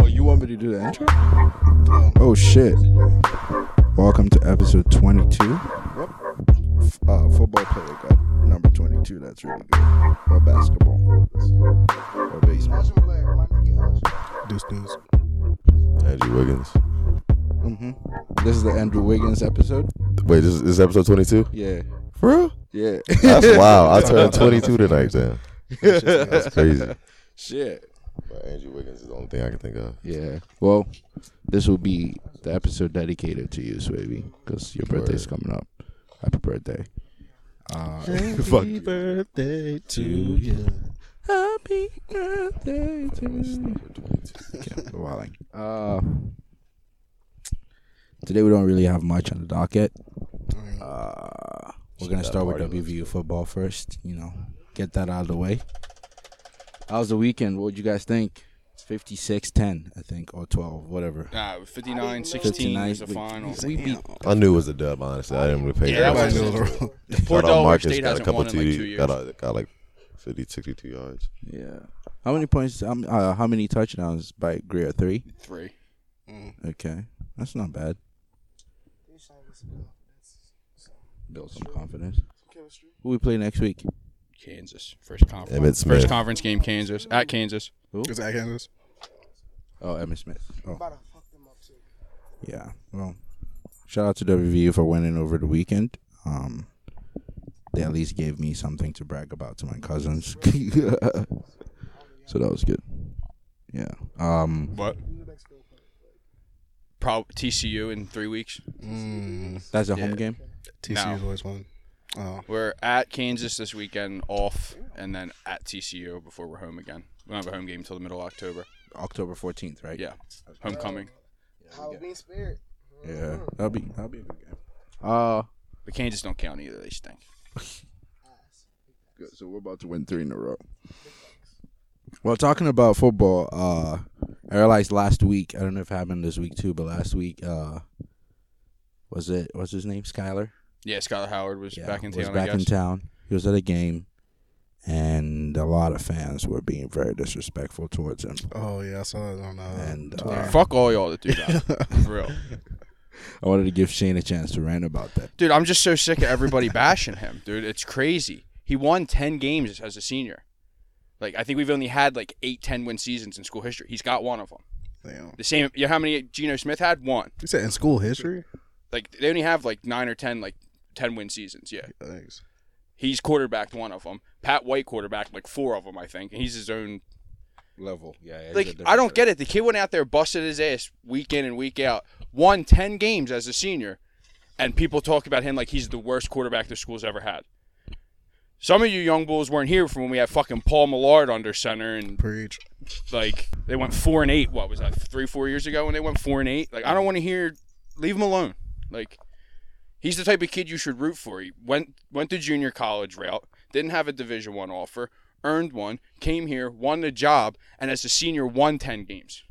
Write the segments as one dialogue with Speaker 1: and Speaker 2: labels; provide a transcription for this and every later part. Speaker 1: Oh, you want me to do the intro? Oh shit! Welcome to episode twenty-two. F- Uh, football player got number twenty-two. That's really good. Or basketball. Or baseball.
Speaker 2: This is
Speaker 3: Andrew Wiggins.
Speaker 1: hmm This is the Andrew Wiggins episode.
Speaker 3: Wait, this is, this is episode 22?
Speaker 1: Yeah,
Speaker 3: For real?
Speaker 1: yeah.
Speaker 3: That's wow. I turned 22 tonight, then. That's crazy.
Speaker 1: Shit.
Speaker 3: But Andrew Wiggins is the only thing I can think of.
Speaker 1: Yeah. Well, this will be the episode dedicated to you, Swaby, because your birthday's coming up. Happy birthday. Uh, fuck. you.
Speaker 2: birthday to you.
Speaker 1: Happy birthday to you. Walling. Uh, today we don't really have much on the docket. Uh, we're gonna start with WVU football first. You know, get that out of the way. How's the weekend? What would you guys think? 56-10, I think, or twelve, whatever.
Speaker 4: Nah, 59, 16
Speaker 1: 59
Speaker 4: Uh, is the
Speaker 1: we-
Speaker 4: final.
Speaker 1: We beat
Speaker 3: I knew it was a dub, honestly. I didn't really pay
Speaker 4: Yeah, that
Speaker 3: attention.
Speaker 4: was- Poor
Speaker 3: Shout out
Speaker 4: Delaware
Speaker 3: Marcus,
Speaker 4: State
Speaker 3: got a
Speaker 4: hasn't
Speaker 3: couple
Speaker 4: won in like
Speaker 3: TD
Speaker 4: two years.
Speaker 3: Got, a, got like 50, 62 yards.
Speaker 1: Yeah. How many points? Um, uh, how many touchdowns by Greer? Three.
Speaker 4: Three.
Speaker 1: Okay, that's not bad. Build some confidence. Who we play next week?
Speaker 4: Kansas. First
Speaker 3: Emmitt
Speaker 4: conference.
Speaker 3: Smith.
Speaker 4: First conference game, Kansas. At Kansas.
Speaker 2: Is that Kansas?
Speaker 1: Oh, Emmitt Smith. Oh. Yeah. Well, shout out to WVU for winning over the weekend. Um, they at least gave me something to brag about to my cousins. so that was good. Yeah. Um,
Speaker 4: What? Prob- TCU in three weeks.
Speaker 2: Mm,
Speaker 1: that's a
Speaker 4: Yeah.
Speaker 1: home game.
Speaker 2: TCU's always one. Oh,
Speaker 4: We're at Kansas this weekend, off, and then at TCU before we're home again. We don't have a home game till the middle of October.
Speaker 1: October fourteenth, right?
Speaker 4: Yeah. Homecoming.
Speaker 5: Halloween spirit.
Speaker 1: Yeah, that'll be that'll be a good game. Uh,
Speaker 4: But Kansas don't count either. They stink.
Speaker 1: good. So we're about to win three in a row. Well, talking about football, uh, I realized last week. I don't know if it happened this week too, but last week, uh, was it was his name Skyler?
Speaker 4: Yeah, Skylar Howard was back in
Speaker 1: was
Speaker 4: town, I
Speaker 1: back
Speaker 4: guess.
Speaker 1: in town. He was at a game, and a lot of fans were being very disrespectful towards him.
Speaker 2: oh yeah, I saw it on. Uh,
Speaker 1: And
Speaker 2: Twitter.
Speaker 1: uh,
Speaker 4: Fuck all y'all that do that. For real.
Speaker 1: I wanted to give Shane a chance to rant about that.
Speaker 4: Dude, I'm just so sick of everybody bashing him, dude. It's crazy. He won 10 games as a senior. Like, I think we've only had like eight 10 win seasons in school history. He's got one of them.
Speaker 2: damn.
Speaker 4: The same, you know how many Geno Smith had? One.
Speaker 2: You said in school history?
Speaker 4: Like, they only have like nine or 10, like 10 win seasons. Yeah.
Speaker 2: Thanks.
Speaker 4: He's quarterbacked one of them. Pat White quarterbacked like four of them, I think. And he's his own.
Speaker 1: Level, yeah.
Speaker 4: Like, I don't get it. The kid went out there, busted his ass week in and week out, won 10 games as a senior, and people talk about him like he's the worst quarterback the school's ever had. Some of you young bulls weren't here from when we had fucking Paul Millard under center, and
Speaker 2: Preach.
Speaker 4: like they went four and eight. What was that? Three, four years ago when they went four and eight. Like I don't want to hear. Leave him alone. Like he's the type of kid you should root for. He went went the junior college route, didn't have a Division One offer, earned one, came here, won a job, and as a senior won ten games.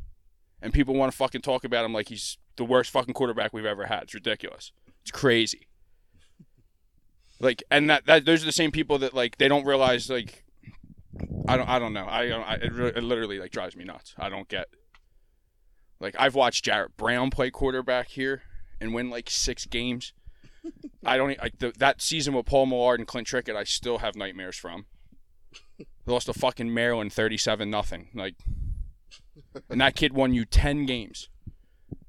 Speaker 4: And people want to fucking talk about him like he's the worst fucking quarterback we've ever had. It's ridiculous. It's crazy. Like and that, that those are the same people that like they don't realize like I don't. I don't know. I. don't- I it, really, it literally like drives me nuts. I don't get. Like I've watched Jarrett Brown play quarterback here and win like six games. I don't e- like the, that season with Paul Millard and Clint Trickett. I still have nightmares from. They lost to fucking Maryland thirty-seven nothing. Like, and that kid won you ten games.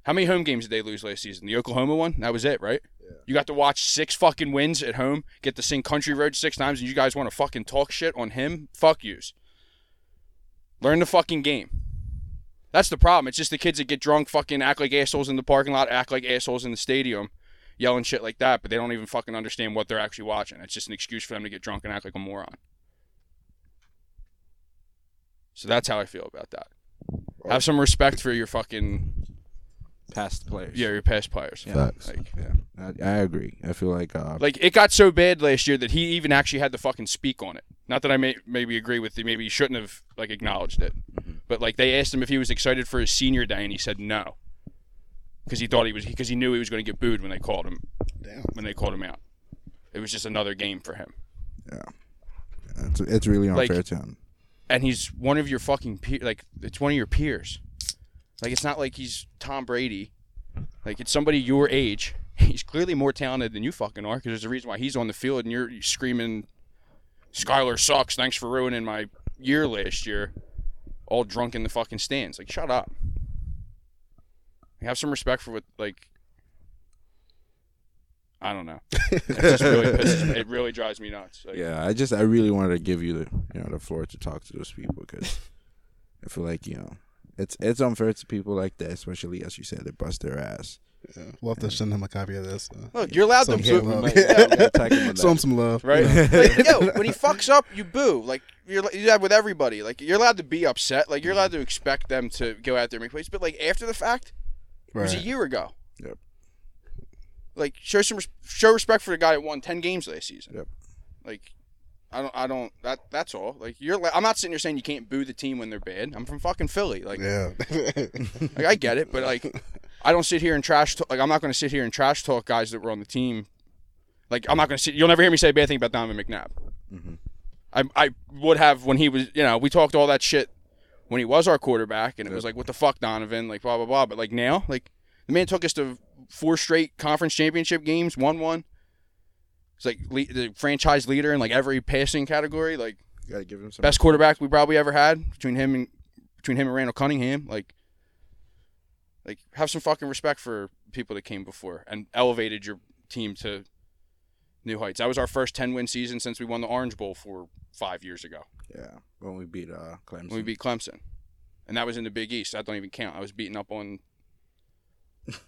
Speaker 4: How many home games did they lose last season? The Oklahoma one. That was it, right? You got to watch six fucking wins at home, get to sing Country Road six times, and you guys want to fucking talk shit on him? Fuck yous. Learn the fucking game. That's the problem. It's just the kids that get drunk, fucking act like assholes in the parking lot, act like assholes in the stadium, yelling shit like that, but they don't even fucking understand what they're actually watching. It's just an excuse for them to get drunk and act like a moron. So that's how I feel about that. Have some respect for your fucking
Speaker 1: past players.
Speaker 4: Yeah, your past players.
Speaker 1: Yeah.
Speaker 3: Facts.
Speaker 4: Like,
Speaker 1: yeah. I, I agree. I feel like uh,
Speaker 4: like it got so bad last year that he even actually had to fucking speak on it. Not that I may maybe agree with you, maybe he shouldn't have like acknowledged it, but like they asked him if he was excited for his senior day, and he said no, because he thought he was because he knew he was going to get booed when they called him
Speaker 2: Damn.
Speaker 4: when they called him out. It was just another game for him,
Speaker 1: it's, it's really
Speaker 4: like-
Speaker 1: unfair to him.
Speaker 4: and he's one of your fucking pe- like it's one of your peers. Like it's not like he's Tom Brady, like it's somebody your age. He's clearly more talented than you fucking are because there's a reason why he's on the field and you're screaming, "Skyler sucks! Thanks for ruining my year last year." All drunk in the fucking stands. Like shut up. Have some respect for what like. I don't know. It just really pisses me. It really drives me nuts. Like,
Speaker 1: Yeah, I just I really wanted to give you the you know the floor to talk to those people because I feel like you know it's it's unfair to people like that, especially as you said they bust their ass.
Speaker 2: Yeah. We'll have to send him a copy of this. Uh,
Speaker 4: Look, you're allowed
Speaker 2: Some
Speaker 4: to
Speaker 2: hate
Speaker 4: boo-
Speaker 2: love.
Speaker 4: like,
Speaker 2: Yeah.
Speaker 4: yeah,
Speaker 1: Attack them with
Speaker 2: Show him
Speaker 1: that.
Speaker 2: some love.
Speaker 4: right?
Speaker 2: you know.
Speaker 4: like, yo, when he fucks up, you boo. Like you're you that with everybody. Like you're allowed to be upset. Like you're allowed to expect them to go out there and make plays. But like after the fact, it was a
Speaker 2: Right.
Speaker 4: year ago.
Speaker 1: Yep.
Speaker 4: Like show some res- show respect for the guy that won ten games last season.
Speaker 1: Yep.
Speaker 4: Like I don't I don't that that's all. Like you're li- I'm not sitting here saying you can't boo the team when they're bad. I'm from fucking Philly. Like
Speaker 2: Yeah.
Speaker 4: like I get it, but like I don't sit here and trash talk. Like I'm not going to sit here and trash talk guys that were on the team. Like I'm not going to sit. You'll never hear me say a bad thing about Donovan McNabb.
Speaker 1: Mhm.
Speaker 4: I I would have when he was. You know, we talked all that shit when he was our quarterback, and it was like, what the fuck, Donovan? Like blah blah blah. But like now, like the man took us to four straight conference championship games, one one. It's like le- the franchise leader in like every passing category. Like
Speaker 1: Gotta give him some
Speaker 4: best quarterback we probably ever had between him and between him and Randall Cunningham. Like, like have some fucking respect for people that came before and elevated your team to new heights. That was our first ten win season since we won the Orange Bowl four five years ago
Speaker 1: Yeah, when we beat uh Clemson.
Speaker 4: when we beat Clemson, and that was in the Big East. That don't even count. I was beating up on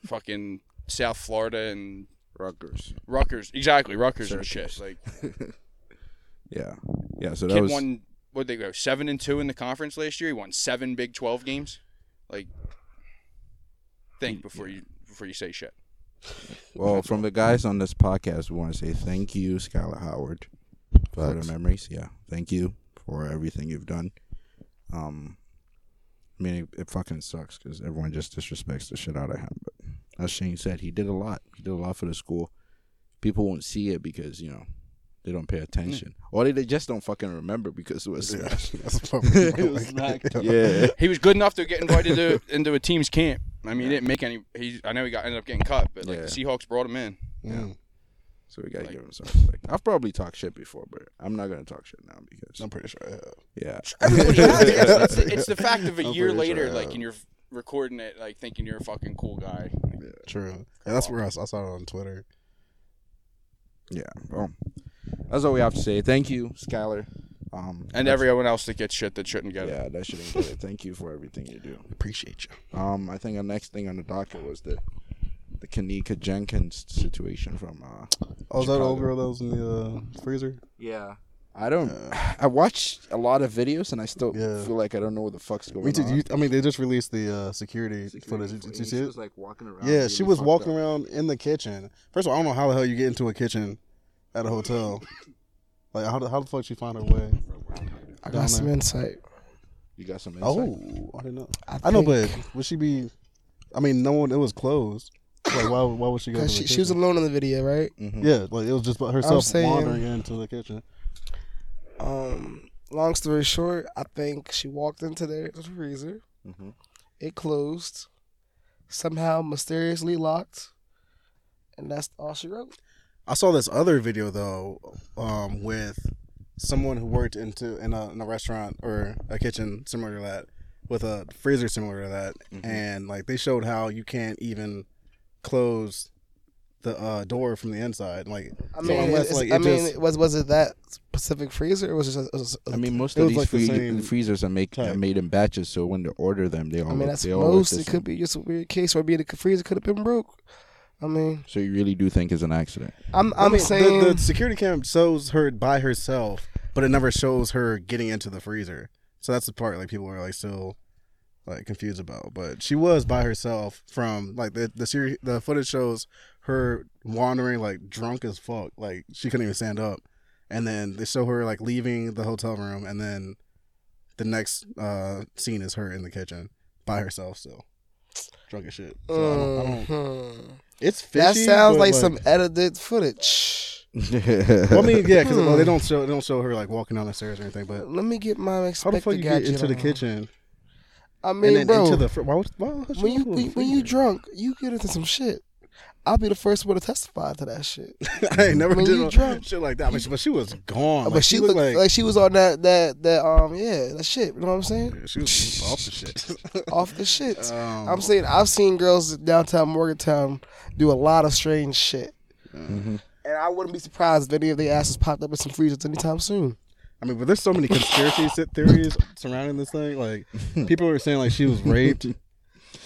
Speaker 4: fucking South Florida and
Speaker 1: Rutgers.
Speaker 4: Rutgers. Exactly, Rutgers and shit.
Speaker 1: Syracuse.
Speaker 4: Like,
Speaker 1: Yeah, yeah. So that
Speaker 4: kid
Speaker 1: was
Speaker 4: won. What they go seven and two in the conference last year. He won seven Big Twelve games. Like, think before you before you say shit.
Speaker 1: well from the guys on this podcast. We want to say thank you, Skylar Howard, for the
Speaker 3: Facts.
Speaker 1: memories. Yeah, thank you for everything you've done. Um, I mean, it, it fucking sucks because everyone just disrespects the shit out of him. But as Shane said, he did a lot. He did a lot for the school. People won't see it because you know they don't pay attention, or they, they just don't fucking remember because it was smashed.
Speaker 2: That's probably more like-
Speaker 1: Yeah,
Speaker 4: He was good enough to get invited to into a team's camp. I mean, he didn't make any. He I know he got ended up getting cut, but like
Speaker 1: Yeah.
Speaker 4: the Seahawks brought him in.
Speaker 2: Mm,
Speaker 1: so we gotta
Speaker 4: Like-
Speaker 1: give him some respect. I've probably talked shit before, but I'm not gonna talk shit now because
Speaker 2: I'm pretty sure. I have.
Speaker 1: yeah,
Speaker 4: Everybody has it. It's, it's the, it's the fact of a
Speaker 2: I'm
Speaker 4: year
Speaker 2: pretty sure
Speaker 4: later,
Speaker 2: I
Speaker 4: like,
Speaker 2: have.
Speaker 4: and you're recording it, like, thinking you're a fucking cool guy.
Speaker 2: True. And that's where I, I saw it on Twitter.
Speaker 1: Yeah. Well, that's all we have to say. Thank you, Skylar. Um,
Speaker 4: And
Speaker 1: that's-
Speaker 4: everyone else that gets shit that shouldn't get it.
Speaker 1: yeah, that shouldn't get it. Thank you for everything you do.
Speaker 2: Appreciate you.
Speaker 1: Um, I think our next thing on the docket was the the Kanika Jenkins situation from. Uh,
Speaker 2: Oh, is that the old
Speaker 1: Chicago.
Speaker 2: girl that was in the uh, freezer?
Speaker 1: yeah. I don't. I watched a lot of videos and I still
Speaker 2: Yeah.
Speaker 1: feel like I don't know what the fuck's going
Speaker 2: Me too.
Speaker 1: on.
Speaker 2: You, I mean, they just released the uh, security, footage. Did- Did you see it?
Speaker 1: like walking around.
Speaker 2: Yeah, she was walking around in the kitchen. First of all, I don't know how the hell you get into a kitchen at a hotel. like, how the, how the fuck she find her way?
Speaker 6: I
Speaker 2: Down
Speaker 6: got some
Speaker 2: there.
Speaker 6: insight.
Speaker 1: You got some insight.
Speaker 2: Oh, I didn't know. I know, but would she be? I mean, no one. It was closed. Like, why? Why would she go? To the
Speaker 6: Cause she, she was
Speaker 2: kitchen?
Speaker 6: alone in the video, right?
Speaker 1: Mm-hmm.
Speaker 2: yeah, like it was just by herself
Speaker 6: saying-
Speaker 2: wandering into the kitchen.
Speaker 6: Um, long story short, I think she walked into there the freezer.
Speaker 1: Mhm.
Speaker 6: It closed, somehow mysteriously locked, and that's all she wrote.
Speaker 2: I saw this other video though, um, with someone who worked into in a, in a restaurant or a kitchen similar to that, with a freezer similar to that,
Speaker 1: Mm-hmm.
Speaker 2: and like they showed how you can't even close the uh, door from the inside. Like,
Speaker 6: I
Speaker 2: So
Speaker 6: mean,
Speaker 2: unless,
Speaker 6: it's-
Speaker 2: like,
Speaker 6: I
Speaker 2: it
Speaker 6: mean,
Speaker 2: just-
Speaker 6: was was it that specific freezer, or was it? Just, it was-
Speaker 1: I mean, most
Speaker 2: It
Speaker 1: of
Speaker 2: was
Speaker 1: these
Speaker 2: like
Speaker 1: free-
Speaker 2: the same
Speaker 1: freezers are make are
Speaker 2: type.
Speaker 1: made in batches, so when they order them, they all
Speaker 6: I mean,
Speaker 1: look-
Speaker 6: that's
Speaker 1: they all look
Speaker 6: most.
Speaker 1: the
Speaker 6: It
Speaker 1: same.
Speaker 6: could be just a weird case where maybe the freezer could have been broke. I mean,
Speaker 1: So you really do think it's an accident?
Speaker 6: I'm
Speaker 2: I
Speaker 6: I'm
Speaker 2: mean,
Speaker 6: saying
Speaker 2: the, the security cam shows her by herself, but it never shows her getting into the freezer. So that's the part like people are like still like confused about. But she was by herself from like the the series. The footage shows her wandering like drunk as fuck. Like she couldn't even stand up. And then they show her like leaving the hotel room, and then the next uh, scene is her in the kitchen by herself, still drunk as shit. So I don't- I don't-
Speaker 6: Mhm.
Speaker 2: it's fishy.
Speaker 6: That sounds
Speaker 2: but,
Speaker 6: like some edited footage.
Speaker 2: Well, I mean, yeah, because well, they
Speaker 6: Hmm.
Speaker 2: don't show they don't show her like walking down the stairs or anything. But
Speaker 6: Let me get my
Speaker 2: how the
Speaker 6: expected
Speaker 2: fuck you get into the
Speaker 6: on.
Speaker 2: kitchen
Speaker 6: I
Speaker 2: and
Speaker 6: mean,
Speaker 2: then
Speaker 6: bro,
Speaker 2: into the fr- why, was- why was
Speaker 6: when
Speaker 2: she
Speaker 6: you
Speaker 2: into a
Speaker 6: when, when you
Speaker 2: freezer?
Speaker 6: drunk, you get into some shit. I'll be the first one to testify to that shit.
Speaker 2: I ain't never
Speaker 6: when
Speaker 2: did
Speaker 6: you
Speaker 2: no
Speaker 6: drunk-
Speaker 2: shit like that. But she, but she was gone.
Speaker 6: but she, looked like, she was on that that that um yeah that shit. You know what I'm saying?
Speaker 2: she was off the shit.
Speaker 6: Off the shit.
Speaker 2: Um,
Speaker 6: I'm saying I've seen girls in downtown Morgantown do a lot of strange shit,
Speaker 2: Mm-hmm.
Speaker 6: and I wouldn't be surprised if any of their asses popped up in some freezers anytime soon.
Speaker 2: I mean, but there's so many conspiracy se- theories surrounding this thing. Like people were saying like she was raped.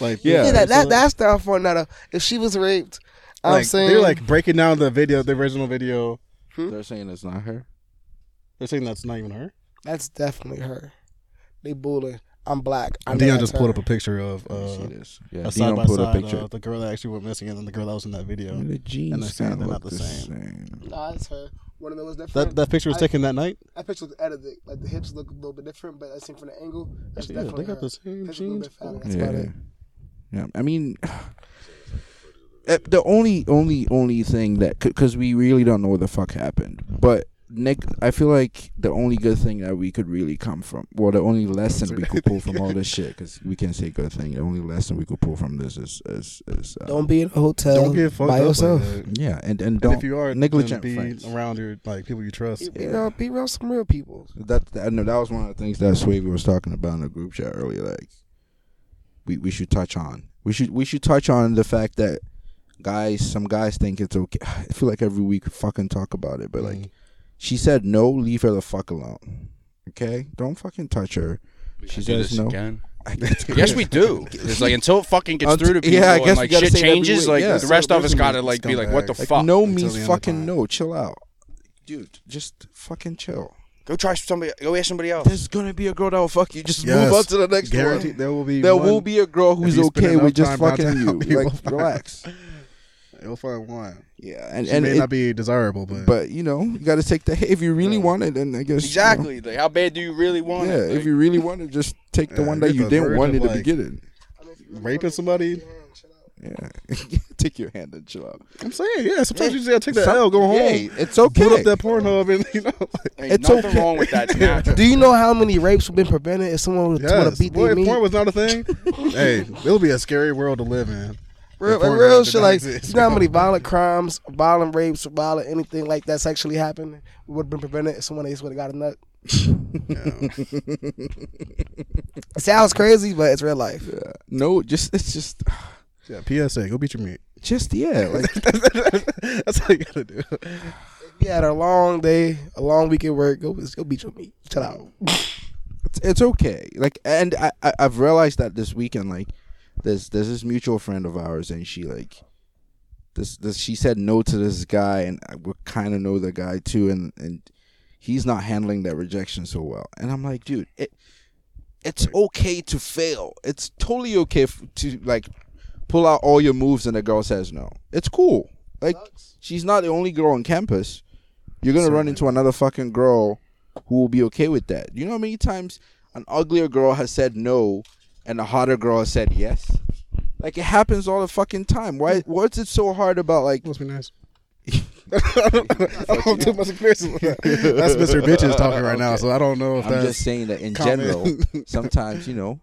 Speaker 2: Like
Speaker 6: Yeah,
Speaker 2: they're
Speaker 6: that, that
Speaker 2: saying-
Speaker 6: that's down for another. If she was raped, I'm
Speaker 2: like,
Speaker 6: saying
Speaker 2: they're like breaking down the video, the original video.
Speaker 1: They're saying it's not her.
Speaker 2: They're saying that's not even her.
Speaker 6: that's definitely her. They bullying. I'm black. I
Speaker 2: And
Speaker 6: know
Speaker 2: Dion
Speaker 6: that's
Speaker 2: just pulled
Speaker 6: her.
Speaker 2: up a picture of
Speaker 1: Let me see
Speaker 2: uh,
Speaker 1: this. Yeah,
Speaker 2: a side
Speaker 1: Dion
Speaker 2: by
Speaker 1: put a
Speaker 2: side
Speaker 1: picture.
Speaker 2: of the girl that actually went missing and then the girl that was in that video.
Speaker 1: the jeans
Speaker 2: and they're saying
Speaker 1: kinda
Speaker 2: they're
Speaker 1: look
Speaker 2: not the same.
Speaker 6: Nah, it's her. One of them was different.
Speaker 2: That that picture was
Speaker 6: I-
Speaker 2: taken that night.
Speaker 6: that picture was edited. Like the hips look a little bit different, but I seen from the angle. That's
Speaker 2: Yeah,
Speaker 6: definitely
Speaker 2: they got
Speaker 6: her.
Speaker 2: the same
Speaker 6: Hips a little
Speaker 2: jeans.
Speaker 6: bit fatter. That's about
Speaker 1: Yeah.
Speaker 6: it.
Speaker 1: yeah. I mean, eh, the only, only, only thing that because we really don't know what the fuck happened, but. Nick, I feel like the only good thing that we could really come from, well, the only lesson we could pull from all this shit, because we can say good thing. The only lesson we could pull from this is, is, is uh,
Speaker 6: Don't be in a hotel
Speaker 2: Don't get fucked
Speaker 6: by
Speaker 2: up.
Speaker 6: yourself.
Speaker 2: Like that.
Speaker 1: yeah, and and
Speaker 2: And
Speaker 1: don't
Speaker 2: if you are
Speaker 1: negligent
Speaker 2: negligent, be
Speaker 1: friends.
Speaker 2: around your like people you trust.
Speaker 6: You know, be around some real people.
Speaker 1: That, that I know that was one of the things that Swavy was talking about in the group chat earlier. Like, we we should touch on we should we should touch on the fact that guys, some guys think it's okay. I feel like every week we fucking talk about it, but like
Speaker 2: Mm.
Speaker 1: she said, no, leave her the fuck alone. Okay, don't fucking touch her.
Speaker 4: We
Speaker 1: She
Speaker 4: should do
Speaker 1: says
Speaker 4: this
Speaker 1: no.
Speaker 4: again.
Speaker 1: I guess
Speaker 4: Yes, we do. It's like until it fucking gets
Speaker 1: Until-
Speaker 4: through to people
Speaker 1: yeah, I guess
Speaker 4: and
Speaker 1: we
Speaker 4: like
Speaker 1: gotta
Speaker 4: shit
Speaker 1: say that we
Speaker 4: changes,
Speaker 1: would,
Speaker 4: like
Speaker 1: yeah.
Speaker 4: the rest of us
Speaker 2: Listen,
Speaker 4: gotta like be like, what the
Speaker 2: scumbags. Like,
Speaker 4: fuck?
Speaker 1: no
Speaker 2: Until
Speaker 1: means
Speaker 2: the end of
Speaker 1: fucking
Speaker 2: time.
Speaker 1: no. Chill out, dude. Just fucking chill.
Speaker 4: Go try somebody. Go ask somebody else.
Speaker 1: There's gonna be a girl that will fuck you. Just
Speaker 2: Yes.
Speaker 1: move on to the next one.
Speaker 2: Guaranteed, there will be.
Speaker 1: There
Speaker 2: one-
Speaker 1: will be a girl who's
Speaker 2: you spend
Speaker 1: okay
Speaker 2: enough
Speaker 1: with just
Speaker 2: time
Speaker 1: fucking you.
Speaker 2: downtown, you will
Speaker 1: Like,
Speaker 2: find-
Speaker 1: relax.
Speaker 2: You'll find one.
Speaker 1: Yeah, and
Speaker 2: She
Speaker 1: and
Speaker 2: may
Speaker 1: it-
Speaker 2: not be desirable, but,
Speaker 1: but you know, you got to take the. If you really
Speaker 2: Yeah.
Speaker 1: want it, then I guess you know,
Speaker 4: Exactly. Like, how bad do you really want
Speaker 1: yeah,
Speaker 4: it? Like,
Speaker 1: if you really want it, just take the
Speaker 2: Yeah,
Speaker 1: one
Speaker 2: you're
Speaker 1: that you
Speaker 2: the
Speaker 1: didn't
Speaker 2: verge
Speaker 1: want in
Speaker 2: of,
Speaker 1: the
Speaker 2: like-
Speaker 1: beginning.
Speaker 6: I mean, if you really
Speaker 2: raping
Speaker 6: wanna-
Speaker 2: somebody.
Speaker 6: Yeah, chill out.
Speaker 1: Yeah, take your hand and chill out.
Speaker 2: I'm saying, yeah. Sometimes you just gotta take that
Speaker 1: Some-
Speaker 2: L, go home,
Speaker 1: Hey, it's
Speaker 2: boot
Speaker 1: okay.
Speaker 2: up that Pornhub, and you know, like,
Speaker 4: ain't
Speaker 1: it's
Speaker 4: nothing
Speaker 1: okay.
Speaker 4: wrong with that. It's natural.
Speaker 6: Do you know how many rapes have been prevented if someone would want
Speaker 2: yes.
Speaker 6: to beat
Speaker 2: Boy,
Speaker 6: their
Speaker 2: if
Speaker 6: meat?
Speaker 2: porn was not a thing, hey, it'll be a scary world to live in.
Speaker 6: real,
Speaker 2: porn
Speaker 6: real
Speaker 2: did
Speaker 6: shit
Speaker 2: not
Speaker 6: like
Speaker 2: exist.
Speaker 6: you know how many violent crimes, violent rapes, violent anything like that's actually happened would have been prevented if someone else would have got a nut. It sounds crazy, but it's real life.
Speaker 1: Yeah. No, just it's just,
Speaker 2: Yeah, PSA, go beat your meat.
Speaker 1: just yeah, like
Speaker 2: That's all you gotta do.
Speaker 6: If you had a long day, a long week at work, go go beat your meat. Chill out.
Speaker 1: it's, it's okay. Like, and I, I I've realized that this weekend, like, there's there's this mutual friend of ours, and she like. This, this she said no to this guy and I would kind of know the guy too and and he's not handling that rejection so well and i'm like dude it it's okay to fail it's totally okay f- to like pull out all your moves and the girl says no it's cool like she's not the only girl on campus you're gonna run into another fucking girl who will be okay with that you know how many times an uglier girl has said no and a hotter girl has said yes like it happens all the fucking time why what's it so hard about like
Speaker 2: Must be nice. I don't, I don't do much comparison with that. That's Mr. Bitches talking right now, so I don't know if
Speaker 1: I'm
Speaker 2: that's.
Speaker 1: just saying that in
Speaker 2: common.
Speaker 1: general, sometimes you know,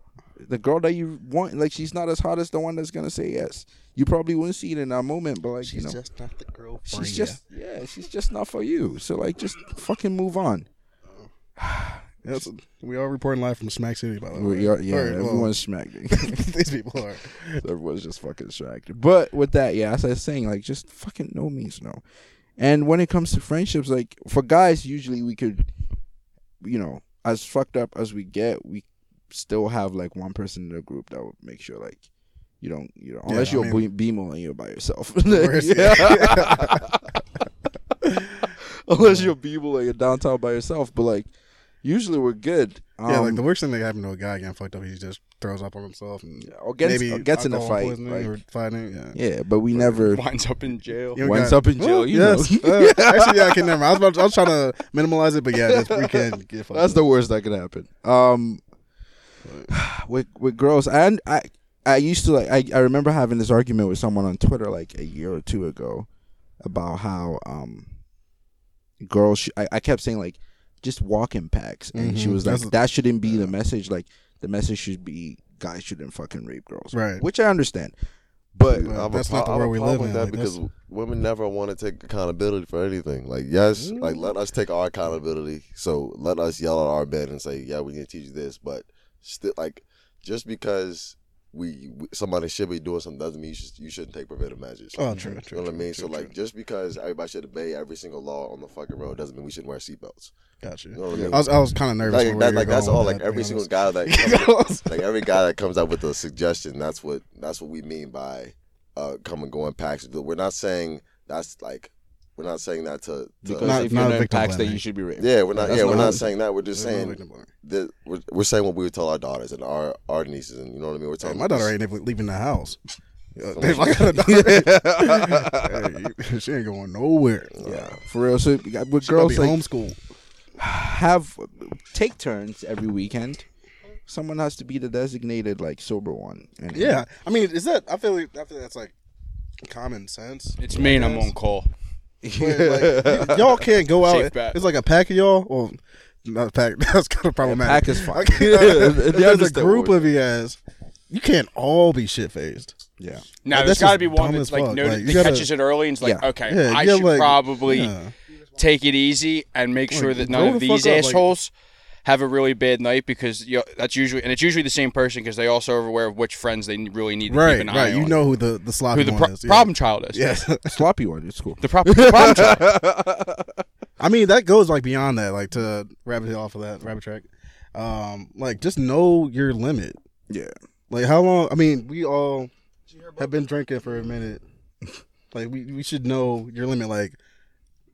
Speaker 1: the girl that you want, like she's not as hot as the one that's gonna say yes. You probably wouldn't see it in that moment, but like you know,
Speaker 2: just not the girl.
Speaker 1: she's just yeah, she's just not for you. So like, just fucking move on.
Speaker 2: That's, we are reporting live from Smack City, by the way.
Speaker 1: We are- yeah,
Speaker 2: Or, Oh, well,
Speaker 1: everyone's smacking.
Speaker 2: these people are.
Speaker 1: everyone's just fucking distracted. But with that, yeah, as I was saying, like just fucking no means no. And when it comes to friendships, like for guys, usually we could, you know, as fucked up as we get, we still have like one person in the group that would make sure like you don't, you know, unless
Speaker 2: I
Speaker 1: you're
Speaker 2: mean-
Speaker 1: be- BMO and you're by yourself.
Speaker 2: course,
Speaker 1: unless you're BMO and you're downtown by yourself, but like usually we're good.
Speaker 2: yeah,
Speaker 1: Um,
Speaker 2: like the worst thing that happened to a guy getting fucked up, he just throws up on himself and
Speaker 1: or gets or gets in a
Speaker 2: alcohol
Speaker 1: fight.
Speaker 2: poisoning
Speaker 1: like-
Speaker 2: or fighting. Yeah.
Speaker 1: yeah, but we never
Speaker 4: Winds up in jail.
Speaker 2: You
Speaker 1: winds
Speaker 2: got-
Speaker 1: up in jail.
Speaker 2: Well,
Speaker 1: you
Speaker 2: yes.
Speaker 1: know,
Speaker 2: Uh, actually, yeah, I can never. I was, about, I was trying to minimalize it, but yeah, just, we can get fucked.
Speaker 1: that's
Speaker 2: up.
Speaker 1: the worst that could happen. Um, with with girls, and I I used to like I I remember having this argument with someone on Twitter like a year or two ago about how um girls sh- I I kept saying like just walk in packs, and she
Speaker 2: Mhm.
Speaker 1: was like
Speaker 2: That's-
Speaker 1: that shouldn't be the message. Like the message should be guys shouldn't fucking rape girls,
Speaker 2: Right.
Speaker 1: Which I understand, but
Speaker 2: But
Speaker 3: I'm
Speaker 2: that's
Speaker 3: a, pro-
Speaker 2: not the
Speaker 3: I'm a
Speaker 2: world we
Speaker 3: problem
Speaker 2: live
Speaker 3: with
Speaker 2: in,
Speaker 3: That
Speaker 2: like,
Speaker 3: because women never want to take accountability for anything. Like, yes, like let us take our accountability. So let us yell at our bed and say, "Yeah, we need to teach you this." But still, like, just because we we- somebody should be doing something doesn't mean you, should, you shouldn't take preventive measures.
Speaker 2: Oh, true,
Speaker 3: you
Speaker 2: true.
Speaker 3: know what I
Speaker 2: true,
Speaker 3: mean?
Speaker 2: true,
Speaker 3: so like, just because everybody should obey every single law on the fucking road doesn't mean we shouldn't wear seatbelts.
Speaker 2: true. gotcha.
Speaker 3: You know what I mean?
Speaker 2: I was, I was kind of nervous.
Speaker 3: Like,
Speaker 2: where
Speaker 3: that,
Speaker 2: you
Speaker 3: like
Speaker 2: were
Speaker 3: that's
Speaker 2: going
Speaker 3: all.
Speaker 2: with
Speaker 3: Like
Speaker 2: that, to be
Speaker 3: every single
Speaker 2: honest.
Speaker 3: guy that, like every guy that comes out with a suggestion, that's what that's what we mean by uh, come and go in packs. We're not saying that's like we're not saying that to, to
Speaker 1: because
Speaker 2: Not-
Speaker 1: if
Speaker 2: not
Speaker 1: you're not in
Speaker 2: victim
Speaker 1: packs, then
Speaker 2: blaming.
Speaker 1: you should be raped.
Speaker 3: yeah, we're not
Speaker 1: That's
Speaker 3: yeah we're
Speaker 1: not-
Speaker 3: not saying that. We're just
Speaker 2: There's no
Speaker 3: saying
Speaker 2: victim blaming.
Speaker 3: that we're, we're saying what we would tell our daughters and our our nieces and you know what I mean. We're
Speaker 2: Hey,
Speaker 3: telling
Speaker 2: my daughter uh, ain't even leaving the house.
Speaker 3: So
Speaker 2: If I got a daughter, hey, she ain't going nowhere.
Speaker 1: Yeah, for real. So with
Speaker 2: She girls
Speaker 1: girls,
Speaker 2: be
Speaker 1: like,
Speaker 2: homeschooled.
Speaker 1: have take turns every weekend. Someone has to be the designated like sober one. And
Speaker 2: Yeah, I mean, is that? I feel like I feel that's like common sense.
Speaker 4: It's me and
Speaker 2: I
Speaker 4: I'm
Speaker 2: guess.
Speaker 4: on call.
Speaker 2: But, like, y- y'all can't go
Speaker 4: Safe
Speaker 2: out.
Speaker 4: bet.
Speaker 2: It's like a pack of y'all. Well, not a pack. That's kind of problematic.
Speaker 1: pack is fine.
Speaker 2: Like,
Speaker 1: They
Speaker 2: if there's a
Speaker 1: understand
Speaker 2: group
Speaker 1: what
Speaker 2: of you guys. You can't all be shit faced.
Speaker 1: yeah,
Speaker 4: Now
Speaker 2: Like,
Speaker 4: there's
Speaker 2: that's
Speaker 4: got to
Speaker 2: just
Speaker 4: be one
Speaker 2: dumb
Speaker 4: that's
Speaker 2: as
Speaker 4: like,
Speaker 2: fuck.
Speaker 4: noted,
Speaker 2: Like, you
Speaker 4: that
Speaker 2: gotta-
Speaker 4: catches it early and it's like,
Speaker 1: Yeah.
Speaker 4: okay,
Speaker 2: Yeah,
Speaker 4: I
Speaker 2: yeah,
Speaker 4: should
Speaker 2: like,
Speaker 4: probably
Speaker 2: yeah.
Speaker 4: take it easy and make sure
Speaker 2: Like,
Speaker 4: that
Speaker 2: grow
Speaker 4: none
Speaker 2: the
Speaker 4: of
Speaker 2: fuck
Speaker 4: these
Speaker 2: up, like-
Speaker 4: assholes have a really bad night because you know, that's usually and it's usually the same person because they also are aware of which friends they really need to keep
Speaker 2: Right,
Speaker 4: an
Speaker 2: right.
Speaker 4: eye
Speaker 2: You
Speaker 4: on.
Speaker 2: know who the the sloppy
Speaker 4: who the
Speaker 2: one
Speaker 4: pro-
Speaker 2: is. yeah.
Speaker 4: problem child is.
Speaker 2: Yeah.
Speaker 1: sloppy one. It's cool.
Speaker 4: The, pro- the problem child.
Speaker 2: I mean, that goes like beyond that. Like to rabbit off of that rabbit track. Um, like just know your limit.
Speaker 1: Yeah,
Speaker 2: Like how long? I mean, we all have been drinking for a minute. Like we, we should know your limit. Like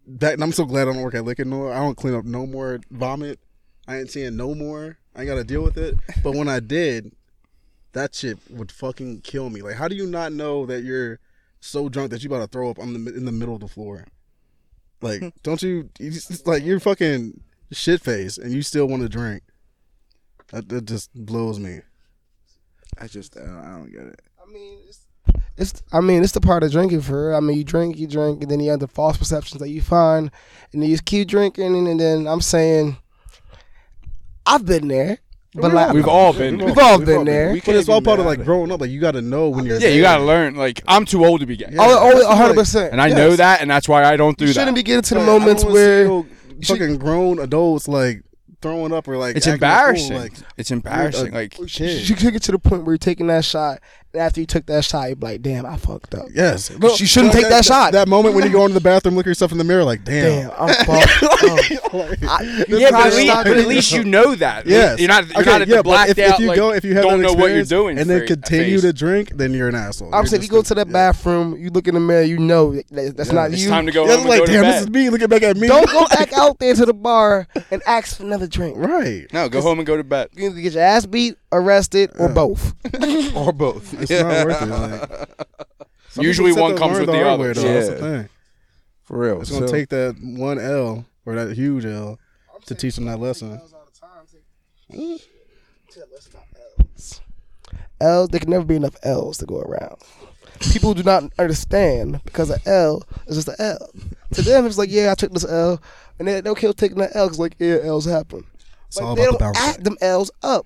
Speaker 2: that. And I'm so glad I don't work at Liquor no. I don't clean up no more vomit. I ain't seeing no more. I ain't got to deal with it. But when I did, that shit would fucking kill me. Like, how do you not know that you're so drunk that you about to throw up on the in the middle of the floor? Like, don't you? you just, like you're fucking shit faced and you still want to drink. That, that just blows me.
Speaker 1: I just I don't, I don't get it.
Speaker 5: I mean, it's,
Speaker 6: It's I mean, it's the part of drinking for her. I mean, you drink, you drink, and then you have the false perceptions that you find, and then you just keep drinking, and, and then I'm saying, I've been there, but like
Speaker 4: We've all been.
Speaker 6: we've all been there.
Speaker 2: But it's all part of like growing up. Like you got to know when you're.
Speaker 4: Yeah, you gotta learn. Like I'm too old to be gay,
Speaker 2: Yeah.
Speaker 6: Oh,
Speaker 2: that's
Speaker 6: oh, hundred
Speaker 2: like-
Speaker 6: percent.
Speaker 4: and I know that, and that's why I don't do
Speaker 6: You
Speaker 4: that.
Speaker 6: shouldn't be getting to the
Speaker 2: Like, I don't
Speaker 6: moments
Speaker 2: wanna see
Speaker 6: where
Speaker 2: no
Speaker 6: should-
Speaker 2: fucking grown adults like throwing up or like
Speaker 4: it's
Speaker 2: acting a fool,
Speaker 4: embarrassing.
Speaker 2: like,
Speaker 4: it's embarrassing. Like
Speaker 6: you should get to the point where you're taking that shot, and after you took that shot, you're like, damn, I fucked up.
Speaker 2: Yes,
Speaker 6: you shouldn't take that shot.
Speaker 2: That moment when you go into the bathroom, look at yourself in the mirror, like, damn. Oh.
Speaker 6: Damn, I'm fucked up. I,
Speaker 4: yeah, but at,
Speaker 6: probably
Speaker 4: least,
Speaker 6: stop
Speaker 4: but at
Speaker 6: it.
Speaker 4: least you know that.
Speaker 2: Yes.
Speaker 4: you're not. You're
Speaker 2: Okay,
Speaker 4: not at
Speaker 2: yeah,
Speaker 4: the
Speaker 2: but
Speaker 4: blacked
Speaker 2: if, if
Speaker 4: out,
Speaker 2: you
Speaker 4: like,
Speaker 2: go, if you have
Speaker 4: don't
Speaker 2: that
Speaker 4: know what you're
Speaker 2: experience
Speaker 4: doing,
Speaker 2: and then
Speaker 4: for-
Speaker 2: continue
Speaker 4: face.
Speaker 2: to drink, then you're an asshole.
Speaker 6: I'm
Speaker 2: You're
Speaker 6: saying if you
Speaker 2: just
Speaker 6: go
Speaker 2: gonna-
Speaker 6: to the
Speaker 2: yeah.
Speaker 6: bathroom, you look in the mirror, you know that, that's not
Speaker 4: It's
Speaker 6: you.
Speaker 4: time to go
Speaker 2: Yeah,
Speaker 4: home
Speaker 2: it's
Speaker 4: and
Speaker 2: like,
Speaker 4: go to
Speaker 2: damn,
Speaker 4: bed.
Speaker 2: this is me looking back at me.
Speaker 6: Don't go back out there to the bar and ask for another drink.
Speaker 2: Right.
Speaker 4: no, go home and go to bed.
Speaker 6: You either get your ass beat, arrested, or both.
Speaker 1: or both.
Speaker 2: It's not worth it. Like, some
Speaker 4: Usually
Speaker 2: people
Speaker 4: one
Speaker 2: set
Speaker 4: comes
Speaker 2: learn
Speaker 4: with the
Speaker 2: hard
Speaker 4: other.
Speaker 2: way, though. That's
Speaker 1: Yeah.
Speaker 2: the thing.
Speaker 1: For real,
Speaker 2: It's gonna
Speaker 1: So,
Speaker 2: take that one L or that huge L
Speaker 5: I'm
Speaker 2: to
Speaker 5: taking
Speaker 2: teach them that lesson.
Speaker 5: L's all the time. Take, Tell us about L's.
Speaker 6: L's, there can never be enough L's to go around. People do not understand because an L is just an L. To them, it's like, yeah, I took this L, and they, they okay with taking that L because, like, yeah, L's happen.
Speaker 2: It's all
Speaker 6: But
Speaker 2: about
Speaker 6: they
Speaker 2: the
Speaker 6: don't
Speaker 2: bounce back.
Speaker 6: add them L's up.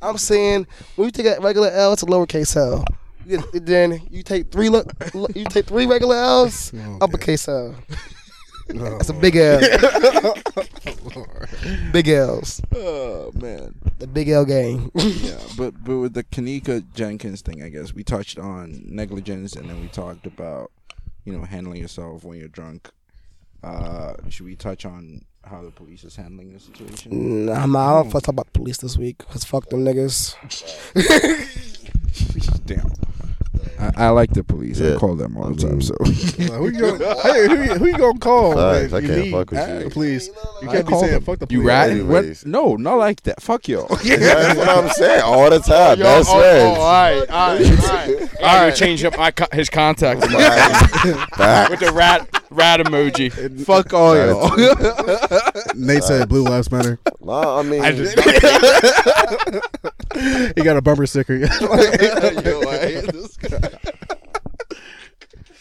Speaker 6: I'm saying when you take a regular L, it's a lowercase L. You- Then you take three lo- lo- you take three regular L's,
Speaker 2: Oh,
Speaker 6: uppercase L. That's a big L. big L's.
Speaker 1: Oh man.
Speaker 6: The big L game.
Speaker 1: yeah, but but with the Kanika Jenkins thing, I guess we touched on negligence, and then we talked about you know handling yourself when you're drunk. Uh, should we touch on how the police is handling the situation?
Speaker 6: Nah, man, I don't fuck talk about police this week because fuck them niggas.
Speaker 1: Damn. I, I like the police. I
Speaker 3: Yeah.
Speaker 1: call them all the time. So
Speaker 2: Like, who you gonna, hey, who, you- who you gonna call?
Speaker 3: Facts,
Speaker 2: Like,
Speaker 3: I
Speaker 2: you
Speaker 3: can't
Speaker 2: need-
Speaker 3: fuck with
Speaker 2: ah,
Speaker 3: you.
Speaker 2: Please, you
Speaker 1: I
Speaker 2: can't be
Speaker 1: call
Speaker 2: saying
Speaker 1: them.
Speaker 2: fuck the police.
Speaker 1: you rat?
Speaker 3: Anyways.
Speaker 1: What? No, not like that. Fuck you.
Speaker 3: That's what I'm saying all the time.
Speaker 7: oh,
Speaker 3: Best
Speaker 7: oh, oh, all
Speaker 3: friends.
Speaker 7: right, all right, all right.
Speaker 4: I gotta change up my co- his contact with the rat rat emoji.
Speaker 1: Fuck all y'all.
Speaker 2: Nate said blue lives matter.
Speaker 3: Nah, I mean,
Speaker 2: He got a bumper sticker.
Speaker 3: Yo, I hate this guy.